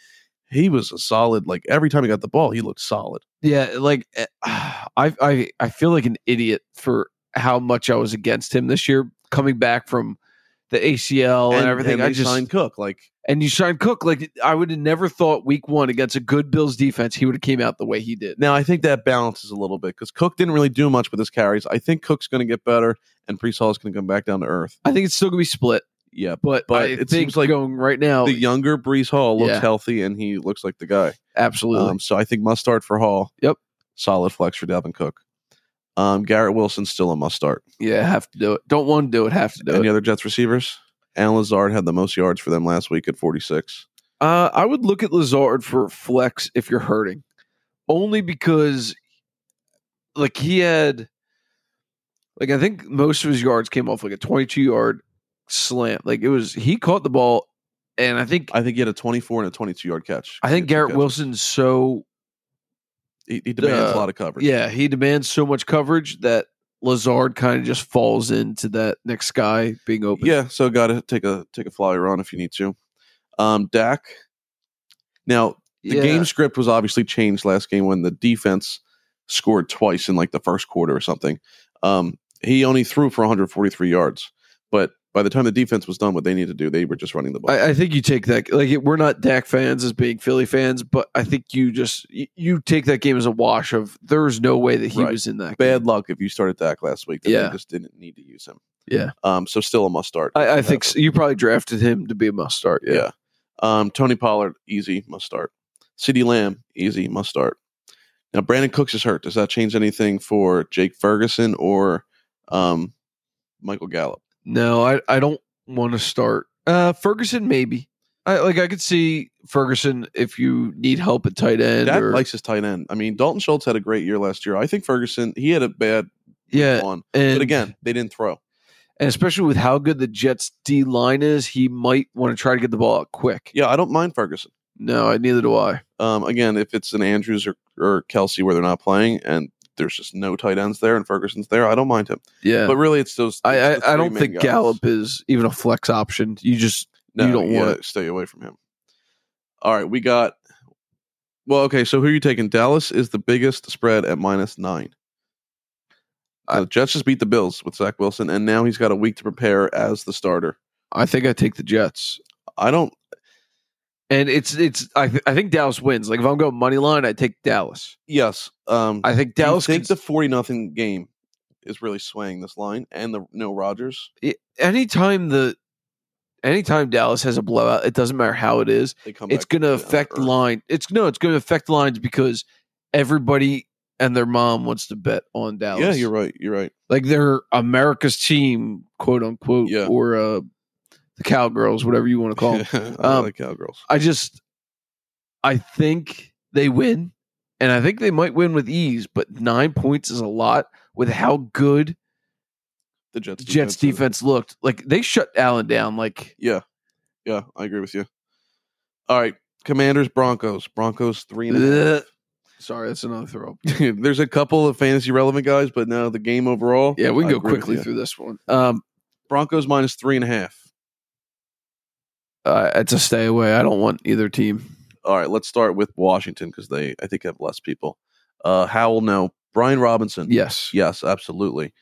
He was a solid. Like every time he got the ball, he looked solid. Yeah, like eh, I I I feel like an idiot for how much I was against him this year, coming back from the ACL and, everything. and I they just signed Cook. Like and you signed Cook. Like I would have never thought week one against a good Bills defense, he would have came out the way he did. Now I think that balances a little bit because Cook didn't really do much with his carries. I think Cook's going to get better, and Brees Hall is going to come back down to earth. I think it's still gonna be split, Yeah, but But I it think seems like going right now, the younger Brees Hall looks Yeah. healthy, and he looks like the guy. absolutely. Um, so I think must start for Hall. Yep. solid flex for Dalvin Cook. Um, Garrett Wilson's still a must start. yeah, have to do it. Don't want to do it. Have to do Any it. other Jets receivers? Alan Lazard had the most yards for them last week at forty six. Uh, I would look at Lazard for flex if you're hurting, only because, like he had, like I think most of his yards came off like a 22 yard slant. Like it was he caught the ball, and I think I, I think he had a twenty four and a twenty two yard catch. He think had two Garrett catches. Wilson's so he, he demands uh, a lot of coverage. yeah he demands so much coverage that Lazard kind of just falls into that next guy being open. Yeah, so got to take a take a flyer on if you need to. Um, Dak. Now the Yeah. game script was obviously changed last game when the defense scored twice in like the first quarter or something. Um, he only threw for 143 yards, but by the time the defense was done, what they needed to do, they were just running the ball. I, I think you take that like it- we're not Dak fans as being Philly fans, but I think you just you, you take that game as a wash of there's no way that he Right. was in that Bad Game. luck if you started Dak last week. That Yeah. they just didn't need to use him. Yeah, Um, so still a must start. I, I think so. you probably drafted him to be a must start. Yeah. Yeah, Um, Tony Pollard, easy, must start. CeeDee Lamb, easy, must start. Now, Brandon Cooks is hurt. Does that change anything for Jake Ferguson or um, Michael Gallup? no, I I don't want to start uh, Ferguson. Maybe I like I could see Ferguson if you need help at tight end. Dak or, likes his tight end. I mean, Dalton Schultz had a great year last year. I think Ferguson, he had a bad yeah, one. Uh, and But again, they didn't throw. and especially with how good the Jets D line is, he might want to try to get the ball out quick. Yeah, I don't mind Ferguson. No, I neither do I. Um, again, if it's an Andrews or, or Kelsey where they're not playing and there's just no tight ends there and Ferguson's there, I don't mind him. Yeah, But really, it's those. I, it's the I, I three don't main think guys. Gallup is even a flex option. You just You don't want to stay away from him. All right, we got. Well, okay, so who are you taking? Dallas is the biggest spread at minus nine. I- the Jets just beat the Bills with Zach Wilson, and now he's got a week to prepare as the starter. I think I take the Jets. I don't. And it's it's I th- I think Dallas wins. Like if I'm going money line, I take Dallas. Yes, um, I think do you Dallas think can- the forty nothing game is really swaying this line, and the no Rogers. anytime the anytime Dallas has a blowout, it doesn't matter how it is, They come. it's back uh, going to down to affect earth. line. It's no, it's going to affect lines because everybody and their mom wants to bet on Dallas. Yeah, you're right. You're right. like they're America's team, quote unquote, Yeah. or uh, the cowgirls, whatever you want to call them. I Um, like cowgirls. I just I think they win, and I think they might win with ease, but nine points is a lot with how good The Jets. the defense Jets is- defense looked. Like they shut Allen down like Yeah, I agree with you. All right, Commanders Broncos. Broncos three and a half. Sorry, that's another throw. up. There's a couple of fantasy relevant guys, but no, the game overall. Yeah, we I can go agree with quickly you. through this one. Um, Broncos minus three and a half. uh, it's a stay away. I don't want either team. All right, let's start with Washington because they I think have less people. Uh Howell, no. Brian Robinson. Yes. Yes, absolutely.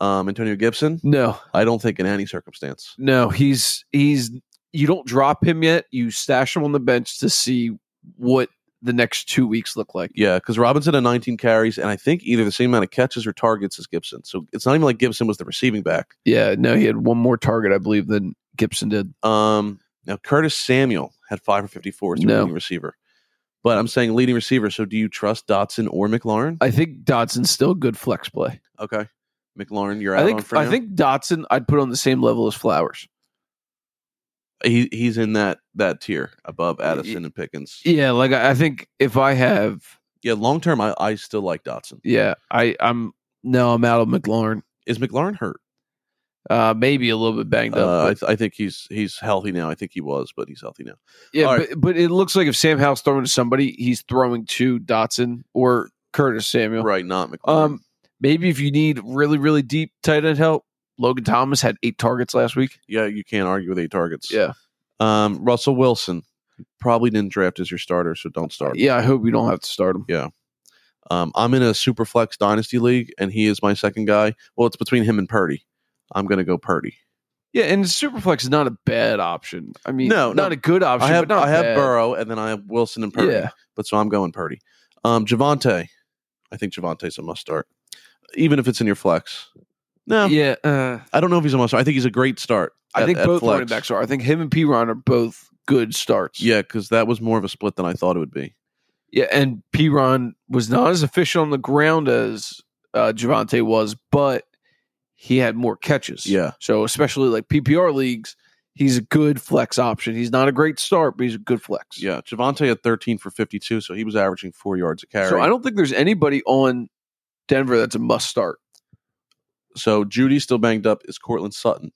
Um Antonio Gibson, No. I don't think in any circumstance. No. He's he's. You don't drop him yet. You stash him on the bench to see what the next two weeks look like. Yeah, because Robinson had 19 carries, and I think either the same amount of catches or targets as Gibson. So it's not even like Gibson was the receiving back. Yeah. No. He had one more target, I believe, than Gibson did. Um, now Curtis Samuel had five for fifty-four as the No. leading receiver, but I'm saying leading receiver. So do you trust Dotson or McLaurin? I think Dotson's still a good flex play. Okay, McLaurin, you're out I on think for I now? think Dotson I'd put on the same level as Flowers. he he's in that that tier above Addison and Pickens. Yeah, like I I think if I have Yeah, long term, I, I still like Dotson. yeah, I I'm no, I'm out of McLaurin. Is McLaurin hurt? Uh maybe a little bit banged up. Uh, I, but- th- I think he's he's healthy now. I think he was, but he's healthy now. yeah, all but, but it looks like if Sam Howell's throwing to somebody, he's throwing to Dotson or Curtis Samuel. Right, not McLaurin. Um maybe if you need really really deep tight end help, Logan Thomas had 8 targets last week. yeah, you can't argue with eight targets. Yeah. Um, Russell Wilson probably didn't draft as your starter, so don't start. him. Yeah, I hope you don't have to start him. Um, I'm in a super flex dynasty league, and he is my second guy. Well, it's between him and Purdy. I'm going to go Purdy. Yeah, and Superflex is not a bad option. I mean, No, not no. a good option. I have but Oh, not I have bad. Burrow, and then I have Wilson and Purdy. Yeah. But so I'm going Purdy. Um, Javante, I think Javante's a must start, even if it's in your flex. No, Yeah, uh, I don't know if he's a must. start. I think he's a great start. I at- think at both flex. running backs are. I think him and Piron are both good starts. Yeah, because that was more of a split than I thought it would be. yeah. And Piron was not as efficient on the ground as uh, Javante was, but he had more catches. Yeah. So especially like PPR leagues, he's a good flex option. He's not a great start, but he's a good flex. Yeah, Javante at 13 for 52, so he was averaging four yards a carry. So I don't think there's anybody on Denver that's a must start. So Judy's still banged up. Is Cortland Sutton?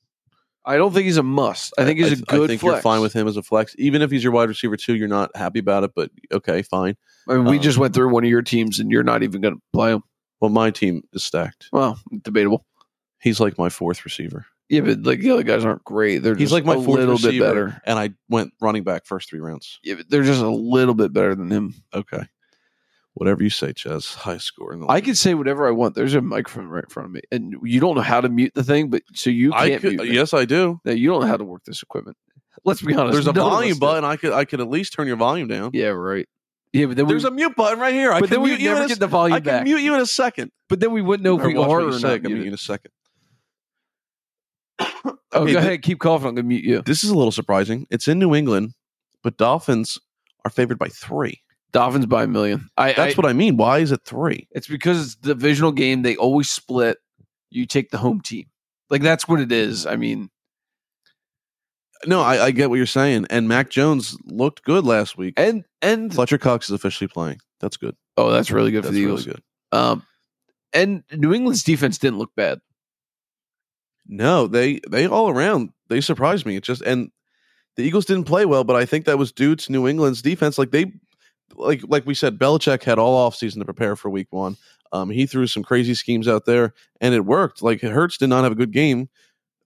I don't think he's a must. I think he's a th- good I think flex. you're fine with him as a flex, even if he's your wide receiver too. You're not happy about it, but okay, fine. I mean, we Um, just went through one of your teams, and you're not even going to play him. Well, my team is stacked. Well, debatable. He's like my fourth receiver, Yeah, but like the other guys aren't great. They're He's just like my a fourth little receiver. bit better. and I went running back first three rounds. Yeah, but they're just a little bit better than him. Okay, whatever you say, Chaz. High score. In the I can say whatever I want. There's a microphone right in front of me, and you don't know how to mute the thing, but so you I can't. could- uh, mute it. yes, I do. No, you don't know how to work this equipment. Let's be honest. There's a none of us volume do. button. I could I could at least turn your volume down. Yeah, right. Yeah, but then There's we, a mute button right here. I but can then we mute would you in never a get s- the volume I can back. mute you in a second. but then we wouldn't know if Or we watch are what you or say. I not. can mute you muted. in a second. Oh, go Okay, ahead. Keep coughing. I'm gonna mute you. This is a little surprising. It's in New England, but Dolphins are favored by three. Dolphins by a million. I. That's I- what I mean. Why is it three? It's because it's the divisional game. They always split. You take the home team. Like that's what it is. I mean, No, I, I get what you're saying. And Mac Jones looked good last week. and and Fletcher Cox is officially playing. That's good. oh, that's really good That's for the really Eagles. good. Um, and New England's defense didn't look bad. No, they they all around they surprised me. It just and the Eagles didn't play well, but I think that was due to New England's defense. Like they like like we said, Belichick had all offseason to prepare for week one. Um, he threw some crazy schemes out there and it worked. Like Hertz did not have a good game.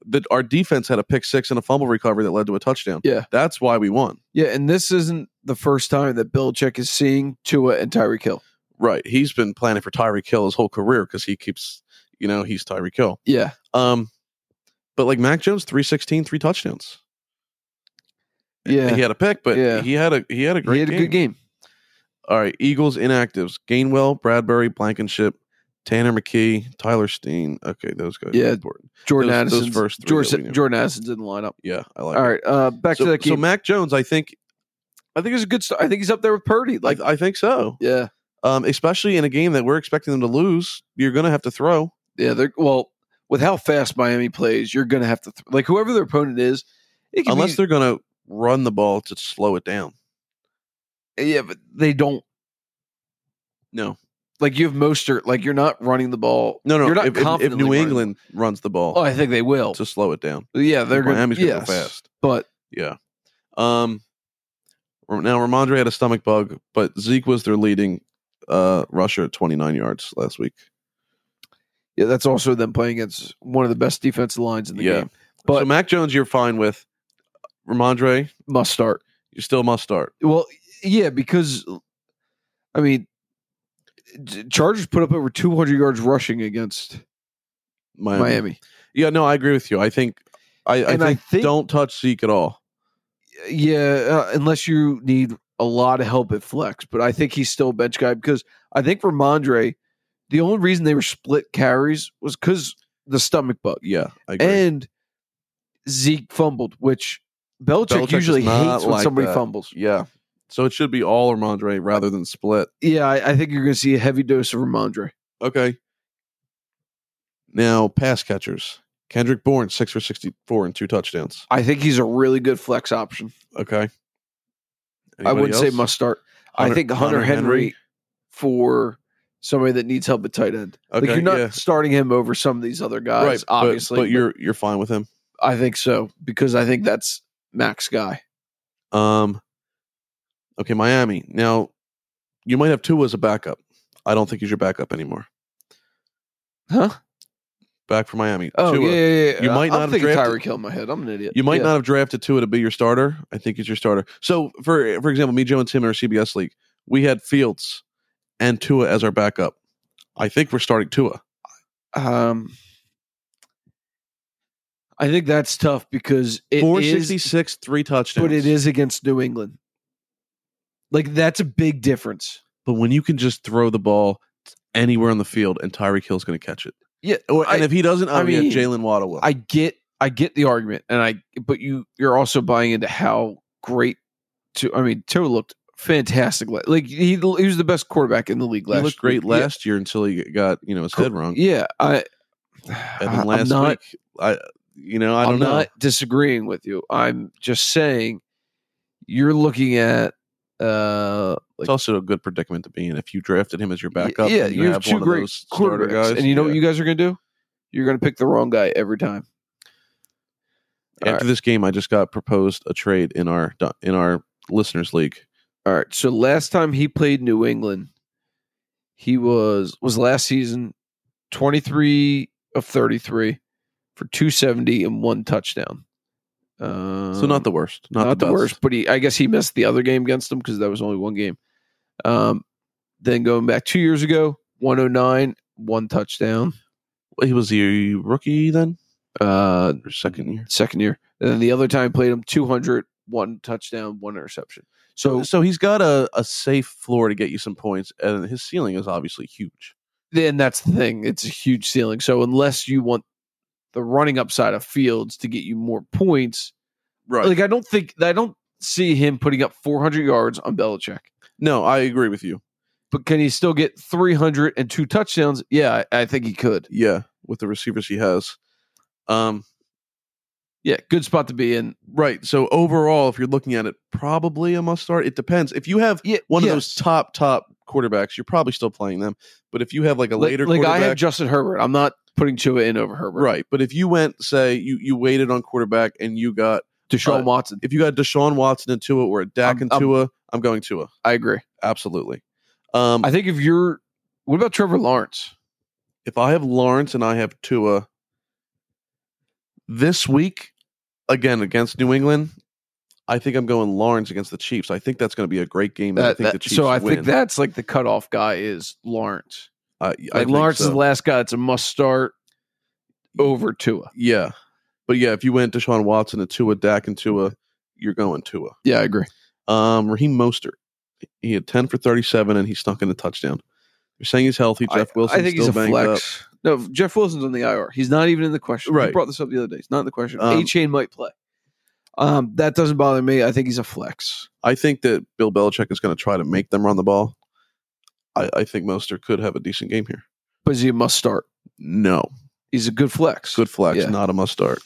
That our defense had a pick six and a fumble recovery that led to a touchdown. Yeah. That's why we won. Yeah, and this isn't the first time that Belichick is seeing Tua and Tyreek Hill. Right. He's been planning for Tyreek Hill his whole career because he keeps, you know, he's Tyreek Hill. Yeah, Um, but like Mac Jones, 316, three touchdowns. yeah. He had a pick, but Yeah. he had a he had a great he had a game. good game. All right, Eagles inactives: Gainwell, Bradbury, Blankenship, Tanner McKee, Tyler Steen. Okay, those guys. Yeah. are important. Jordan Those- those Addison, first three that we knew. Jordan, Jordan Addison's in the lineup. Yeah, I like. All it. right, uh, back so, to that so game. Mac Jones, I think, I think it's a good. Start. I think he's up there with Purdy. like, Like, I think so. yeah, Um, especially in a game that we're expecting them to lose, you're going to have to throw. yeah. They're well with how fast Miami plays. You're gonna have to th- like whoever their opponent is. It can Unless be- they're going to run the ball to slow it down. Yeah, but they don't. No. Like you have Mostert, like you're not running the ball. No, no. you're not if, if- if confidently New running. England runs the ball Oh, I think they will. to slow it down, yeah, they're going. Miami's to going to go fast. but Yeah. Um, now Ramondre had a stomach bug, but Zeke was their leading uh, rusher at 29 yards last week. Yeah, that's also them playing against one of the best defensive lines in the Yeah. game. But- so Mac Jones, you're fine with. Ramondre, Must start. you still must start. Well, yeah, because I mean, Ch- Chargers put up over 200 yards rushing against Miami. Miami, Yeah, no, I agree with you. I think I, I, and think, I think don't touch Zeke at all. yeah, uh, unless you need a lot of help at flex, but I think he's still a bench guy because I think Ramondre, the only reason they were split carries was because the stomach bug Yeah, I agree. and Zeke fumbled, which Belichick Belichick, does usually not hates when like somebody that. fumbles. yeah, so it should be all Ramondre rather than split. Yeah, I, I think you're going to see a heavy dose of Ramondre. Okay. Now pass catchers. Kendrick Bourne, six for sixty-four and two touchdowns. I think he's a really good flex option. Okay. I Anybody wouldn't say else? must start. I think Hunter, Henry, for somebody that needs help at tight end. Okay, like you're not yeah. starting him over some of these other guys, right? but- obviously. but, you're you're fine with him. I think so because I think that's Max guy. Um. Okay, Miami. Now, you might have two as a backup. I don't think he's your backup anymore. Huh? Back for Miami. Oh Tua. yeah, yeah, yeah. You might I'm not have thinking drafted- Tyreek Hill in my head. I'm an idiot. You might Yeah. not have drafted Tua to be your starter. I think he's your starter. So for for example, me, Joe, and Tim in our CBS league, we had Fields and Tua as our backup. I think we're starting Tua. Um, I think that's tough because it Four sixty is, six, three touchdowns. but it is against New England. Like that's a big difference. But when you can just throw the ball anywhere on the field and Tyreek Hill's going to catch it. Yeah, Or, and I- if he doesn't, I, I mean, mean, Jalen Waddle will. I get I get the argument, and I but you you're also buying into how great to I mean Tua looked fantastic. la- Like he he was the best quarterback in the league he last. looked great year. last year until he got you know his head wrong. Yeah, yeah, I. And then last I'm not, week, I you know I don't am know. not disagreeing with you. I'm just saying you're looking at uh it's like also a good predicament to be in if you drafted him as your backup. yeah, and you have have two one of great those starter quarterbacks, guys, and you know yeah. what you guys are gonna do? You're gonna pick the wrong guy every time. All After this game, I just got proposed a trade in our in our listeners league. All right. So last time he played New England, he was was last season, twenty three of thirty three for two seventy and one touchdown. Um, So not the worst, not, not, the, best. the, worst, but he I guess he missed the other game against them because that was only one game. Um, then going back two years ago, one hundred nine, one touchdown, He was the rookie then, uh, or second year. second year. And then the other time played him two hundred, one touchdown, one interception. So So he's got a, a safe floor to get you some points, and his ceiling is obviously huge. then that's the thing. It's a huge ceiling. So unless you want the running upside of Fields to get you more points, Right. like I don't think I don't see him putting up 400 yards on Belichick. no, I agree with you. But can he still get 302 touchdowns? Yeah, I, I think he could. Yeah, with the receivers he has. Um, Yeah, good spot to be in. right. So overall, if you're looking at it, probably a must start. It depends. If you have Yeah, one yes. of those top top quarterbacks, you're probably still playing them. But if you have like a Like- later like, I quarterback, had Justin Herbert. I'm not putting Chua in over Herbert. Right. But if you went, say, you you waited on quarterback and you got Deshaun Uh, Watson. if you got Deshaun Watson and Tua or a Dak I'm- and I'm- Tua, I'm, going Tua. I agree. Absolutely. Um, I think if you're, what about Trevor Lawrence? if I have Lawrence and I have Tua this week, again against New England, I think I'm going Lawrence against the Chiefs. I think that's going to be a great game. and I That- think that- the Chiefs so I win. think that's like the cutoff guy is Lawrence. I, I Like think Lawrence is so. the last guy. It's a must start over Tua. yeah, but yeah, if you went Deshaun Watson and Tua, Dak and Tua, Mm-hmm. you're going Tua. Yeah, I agree. Um, Raheem Mostert, he had ten for thirty-seven, and he snuck in a touchdown. You're saying he's healthy. Jeff Wilson. I think still he's a banged flex. No, Jeff Wilson's on the IR. He's not even in the question. We Right. brought this up the other day. He's not in the question. Um, a chain might play. Um, that doesn't bother me. I think he's a flex. Up. I think that Bill Belichick is going to try to make them run the ball. I, I think Mostert could have a decent game here. But is he a must start? No, He's a good flex. good flex, Yeah. not a must start.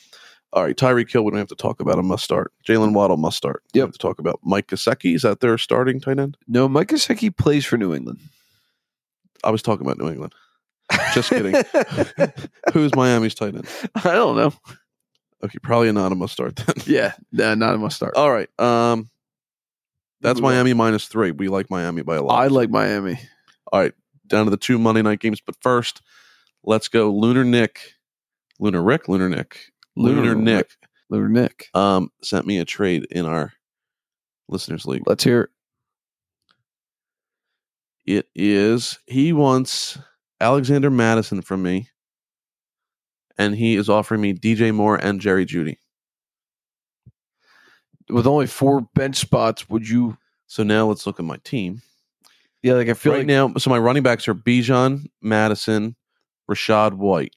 All right, Tyreek Hill. We don't have to talk about a must start. Jalen Waddle must start. We Yep. have to talk about Mike Gesicki. Is that their starting tight end? No, Mike Gesicki plays for New England. I was talking about New England. Just kidding. Who's Miami's tight end? I don't know. Okay, probably not a must start then. Yeah, nah, not a must start. All right. Um, that's Move on. Miami minus three. We like Miami by a lot. I like Miami. Down to the two Monday night games, but first, let's go Lunar Nick, Lunar Rick, Lunar Nick, Lunar, Nick. Lunar Nick. Um, sent me a trade in our listeners league. Let's hear it. It is he wants Alexander Madison from me, and he is offering me DJ Moore and Jerry Judy. With only four bench spots, would you? So now let's look at my team. Yeah, like I feel right like now, so my running backs are Bijan, Madison, Rashad White.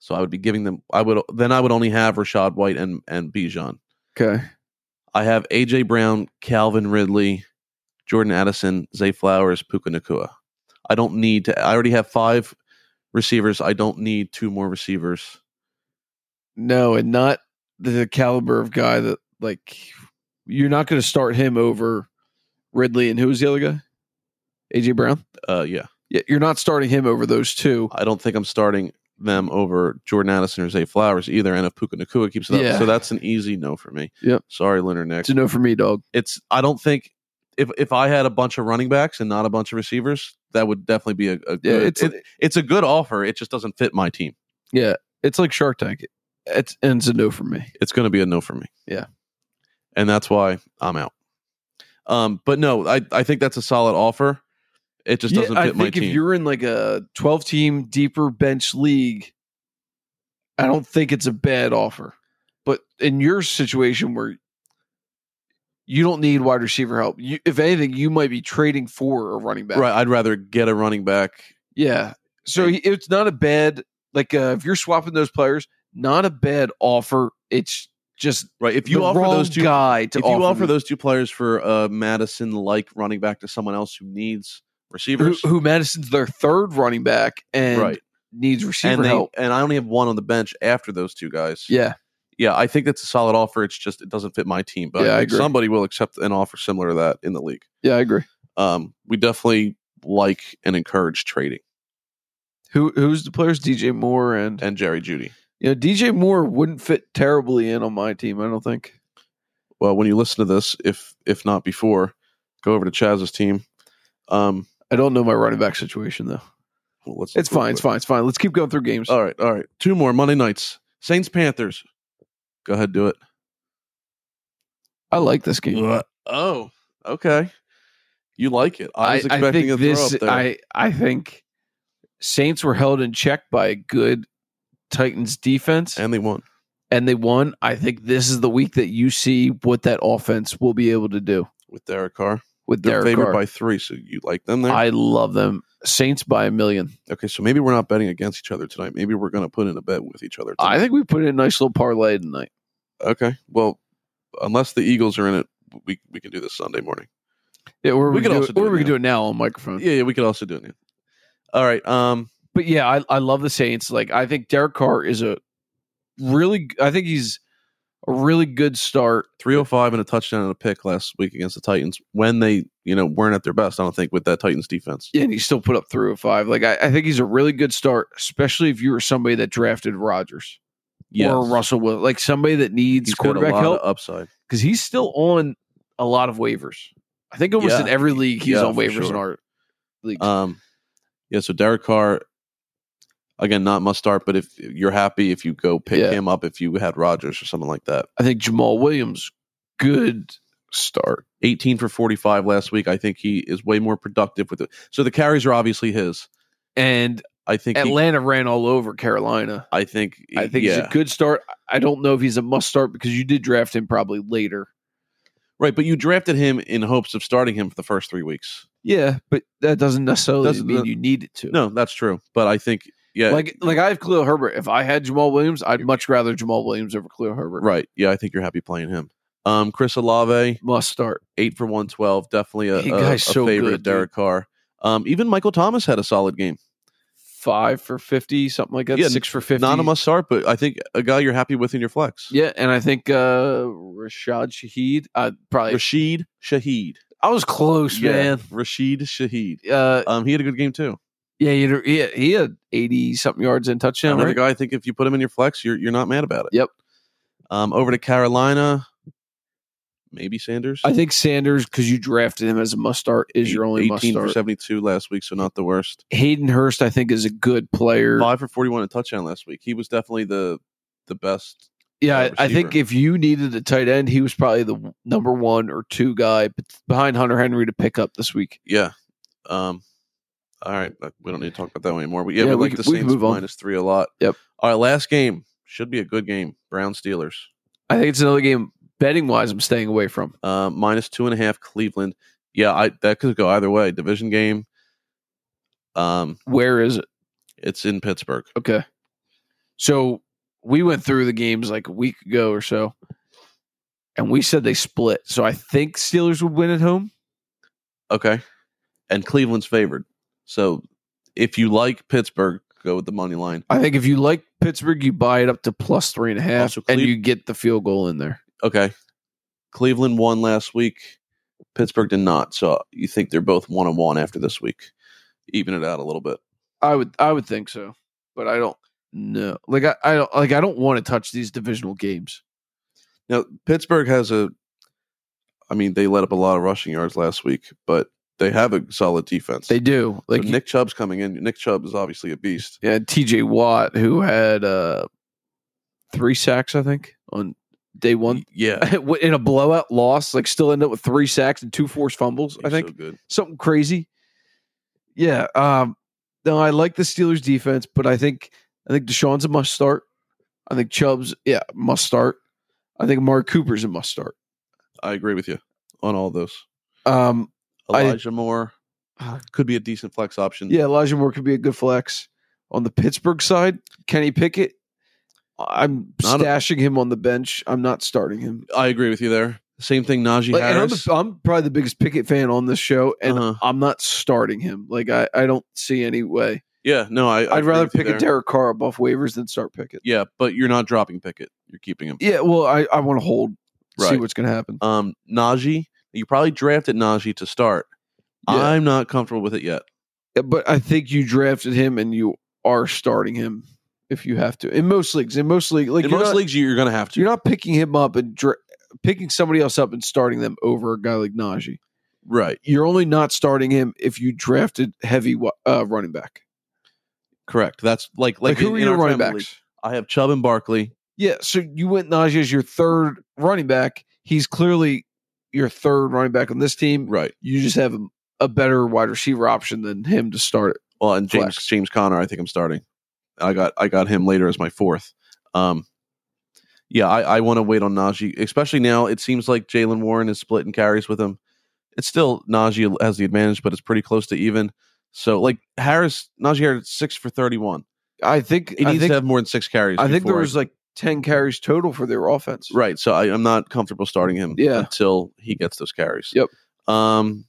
So I would be giving them. I would then I would only have Rashad White and and Bijan. okay. I have AJ Brown, Calvin Ridley, Jordan Addison, Zay Flowers, Puka Nakua. I don't need to. I already have five receivers. I don't need two more receivers. No, and not the caliber of guy that like you're not going to start him over Ridley and who was the other guy? AJ Brown. Uh, yeah, Yeah, you're not starting him over those two. I don't think I'm starting them over Jordan Addison or Zay Flowers either. And if Puka Nakua keeps it up, Yeah. so that's an easy no for me. Yep. Sorry, Leonard Nick. It's a no for me, dog. it's I don't think if if I had a bunch of running backs and not a bunch of receivers, that would definitely be a, a good, Yeah, it's it's it, it's a good offer. It just doesn't fit my team. yeah, it's like Shark Tank. It's and it's a no for me. It's going to be a no for me. Yeah. and that's why I'm out. Um, but no, I I think that's a solid offer. It just doesn't I fit think my if team. you're in like a 12 team deeper bench league, I don't think it's a bad offer. But in your situation where you don't need wide receiver help, you, if anything, you might be trading for a running back. Right, I'd rather get a running back. Yeah. So he, it's not a bad like uh, if you're swapping those players, not a bad offer. It's just Right, if you the offer wrong those two, guy to if you offer them. those two players for uh, Madison like running back to someone else who needs who, receivers, who Madison's their third running back and right, needs receiver and they help. and I only have one on the bench after those two guys. Yeah. yeah, I think that's a solid offer. It's just it doesn't fit my team, but Yeah, I I think agree. somebody will accept an offer similar to that in the league. Yeah, I agree. Um, we definitely like and encourage trading Who who's the players? DJ Moore and, and Jerry Judy. you know DJ Moore wouldn't fit terribly in on my team. I don't think. Well, when you listen to this, if if not before, go over to Chaz's team. Um, I don't know my running back situation though. well, let's It's fine. It's fine. It's fine. Let's keep going through games. All right, all right. Two more Monday nights. Saints Panthers. Go ahead, do it. I like this game. Ugh. Oh, okay. You like it? I was expecting a throw up there. I I think Saints were held in check by a good Titans defense, and, and they won. they won. I think this is the week that you see what that offense will be able to do With Derek Carr, with they're their favored Carr. by three, so you like them there. I love them. Saints by a million. Okay, so maybe we're not betting against each other tonight. Maybe we're going to put in a bet with each other. Tonight. I think we put in a nice little parlay tonight. okay, well, unless the Eagles are in it, we we can do this Sunday morning. Yeah, or We we, could could also do or it we could now. do it now on microphone. Yeah, yeah, we could also do it. yeah. All right. Um. but yeah, I, I love the Saints. Like I think Derek Carr is a really I think he's a really good start. 305 and a touchdown and a pick last week against the Titans when they, you know, weren't at their best, I don't think, with that Titans defense. Yeah, and he still put up three or five. Like I, I think he's a really good start, especially if you were somebody that drafted Rodgers or Russell Wilson, like somebody that needs He's got a quarterback lot of help upside. because he's still on a lot of waivers. I think almost Yeah. in every league he's Yeah, on for waivers in sure. our league. Um, yeah, so Derek Carr, again, not must start, but if you're happy if you go pick Yeah. him up if you had Rodgers or something like that. I think Jamal Williams, good start. 18 for 45 last week. I think he is way more productive with it. So the carries are obviously his. And I think. he- Atlanta ran all over Carolina. I think. I think yeah. he's a good start. I don't know if he's a must start because you did draft him probably later. right, but you drafted him in hopes of starting him for the first three weeks. Yeah, but that doesn't necessarily Doesn't- mean you need it to. No, that's true. But I think yeah, Like like I have Khalil Herbert. If I had Jamal Williams, I'd much rather Jamal Williams over Khalil Herbert. right. Yeah, I think you're happy playing him. Um, Chris Olave, Must start. eight for one twelve, definitely a, Hey, a, guy's a so favorite good, of Derek Carr. Um, even Michael Thomas had a solid game. Five for fifty, something like that. Yeah, Six for fifty. Not a must start, but I think a guy you're happy with in your flex. Yeah, and I think uh Rashad Shaheed. I probably Rashid Shaheed. I was close, Yeah, Rashid Shaheed. man. Uh Um, he had a good game too. Yeah, he had, he had, he had eighty something yards and touchdown. Another Right? guy I think if you put him in your flex, you're you're not mad about it. Yep. Um, over to Carolina, maybe Sanders. I think Sanders because you drafted him as a must start is your only must eighteen for start. seventy two last week, so not the worst. Hayden Hurst, I think, is a good player. Five for forty one a touchdown last week. He was definitely the the best. Yeah, wide I I think receiver. if you needed a tight end, he was probably the w- number one or two guy bet- behind Hunter Henry to pick up this week. Yeah. Um. All right, uh, we don't need to talk about that one anymore. But yeah, Yeah, we, we like can- the we can Saints move on. minus three a lot. Yep. All right, last game should be a good game. Brown Steelers. I think it's another game betting wise I'm staying away from. uh, minus two and a half Cleveland. Yeah, I that could go either way. Division game. Um, Where is it? it's in Pittsburgh. Okay. So we went through the games like a week ago or so, and we said they split. So I think Steelers would win at home. Okay, and Cleveland's favored. So if you like Pittsburgh, go with the money line. I think if you like Pittsburgh, you buy it up to plus three and a half, Also, and Cle- you get the field goal in there. Okay, Cleveland won last week. Pittsburgh did not. So you think they're both one and one after this week? Even it out a little bit. I would, I would think so, but I don't know. Like I, I don't like I don't want to touch these divisional games. Now Pittsburgh has a. I mean, they let up a lot of rushing yards last week, but they have a solid defense. They do So like Nick Chubb's coming in. Nick Chubb is obviously a beast. yeah, T.J. Watt who had uh three sacks I think on day one Yeah, in a blowout loss. Like still end up with three sacks and two forced fumbles. I He's think so good. something crazy. Yeah. Um, no, I like the Steelers defense, but I think I think Deshaun's a must start. I think Chubb's yeah must start. I think Mark Cooper's a must start. I agree with you on all those. Um, I- Ah. Elijah Moore could be a decent flex option. yeah, Elijah Moore could be a good flex on the Pittsburgh side. Kenny Pickett, I'm Not a- stashing him on the bench. I'm not starting him. I agree with you there. Same thing, Najee Like, and I'm, Harris. the, I'm probably the biggest Pickett fan on this show, and Uh-huh. I'm not starting him. Like I, I don't see any way. yeah, no, I. I I'd agree rather with you pick a there. Derek Carr above waivers than start Pickett. Yeah, but you're not dropping Pickett. You're keeping him. Yeah, well, I, I want to hold, see Right. what's going to happen. Um, Najee, you probably drafted Najee to start. Yeah. I'm not comfortable with it yet. but I think you drafted him and you are starting him if you have to. In most leagues, in most leagues, like In you're, most not, leagues, you're going to have to. you're not picking him up and dra- picking somebody else up and starting them over a guy like Najee. right. You're only not starting him if you drafted heavy wi- uh, running back. Correct. That's like Like, like, who in- are in your our running family backs? league, I have Chubb and Barkley. Yeah, so you went Najee as your third running back. He's clearly your third running back on this team. Right. You just have a, a better wide receiver option than him to start it. Well, and James Flex. James Connor, I think I'm starting. I got I got him later as my fourth. Um, yeah, I, I want to wait on Najee, especially now. It seems like Jalen Warren is splitting carries with him. It's still Najee has the advantage, but it's pretty close to even. So like Harris, Najee Harris six for thirty one. I think He I needs think to have more than six carries. I think there before was like ten carries total for their offense. right. So I, I'm not comfortable starting him Yeah. until he gets those carries. Yep. Um,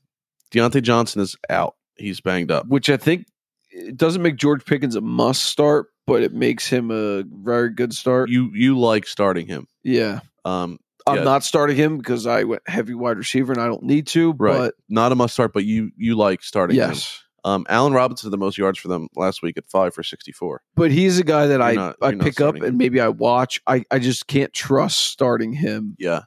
Deontay Johnson is out. He's banged up. Which I think it doesn't make George Pickens a must start, but it makes him a very good start. You you like starting him? yeah. Um, I'm Yeah. not starting him because I went heavy wide receiver and I don't need to, Right. not a must start, but you you like but starting him. yes. Um, Allen Robinson had the most yards for them last week at five for sixty four. But he's a guy that You're I, not- I you're not pick up starting him. and maybe I watch. I, I just can't trust starting him. Yeah.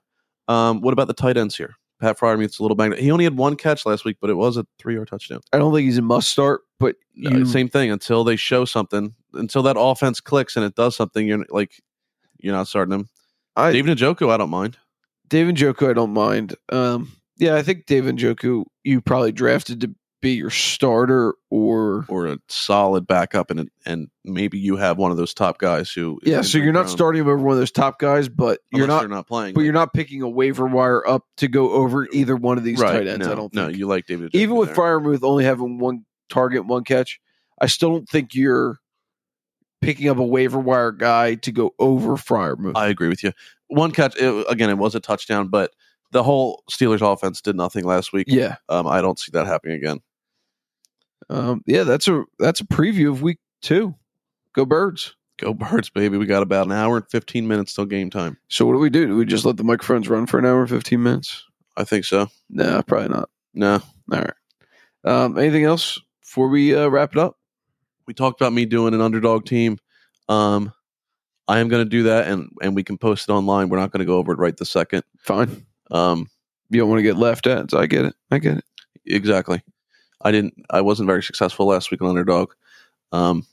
Um, what about the tight ends here? Pat Fryer meets a little banged. up. He only had one catch last week, but it was a three yard touchdown. I don't think he's a must start, but No, you, same thing until they show something, until that offense clicks and it does something. You're like, you're not starting him. I, David Njoku, I don't mind. David Njoku, I don't mind. Um, yeah, I think David Njoku, you probably drafted to be your starter or Or a solid backup, and and maybe you have one of those top guys who. is yeah. So injured you're not prone, starting him over one of those top guys, but you're unless not, they're not playing. but you're not picking a waiver wire up to go over either one of these right, tight ends. No, I don't no, think. you like David. Even Njoku with there. Fryermuth only having one target, one catch, I still don't think you're picking up a waiver wire guy to go over Fryermuth. I agree with you. One catch it, again, it was a touchdown, but the whole Steelers offense did nothing last week. yeah, Um, I don't see that happening again. um, yeah. That's a that's a preview of week two. Go Birds. Go Birds, baby! We got about an hour and fifteen minutes till game time. So what do we do? Do we just let the microphones run for an hour and fifteen minutes? I think so. No, probably not. No, All right. Um, anything else before we uh, wrap it up? we talked about me doing an underdog team. Um, I am going to do that, and and we can post it online. We're not going to go over it right this second. Fine. Um, You don't want to get laughed at. So I get it. I get it. exactly. I didn't. I wasn't very successful last week on underdog. Um,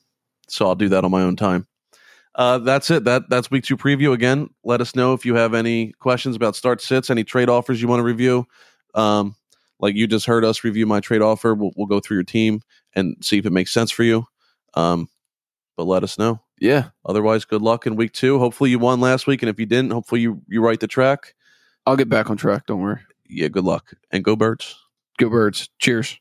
so I'll do that on my own time. Uh, that's it. That that's week two preview. Again, let us know if you have any questions about start sits, any trade offers you want to review. Um, like you just heard us review my trade offer. We'll, we'll go through your team and see if it makes sense for you. Um, but let us know. Yeah. Otherwise, good luck in week two. Hopefully, you won last week, and if you didn't, hopefully you you right the track. I'll get back on track. Don't worry. Yeah, good luck and go birds. Go birds. Cheers.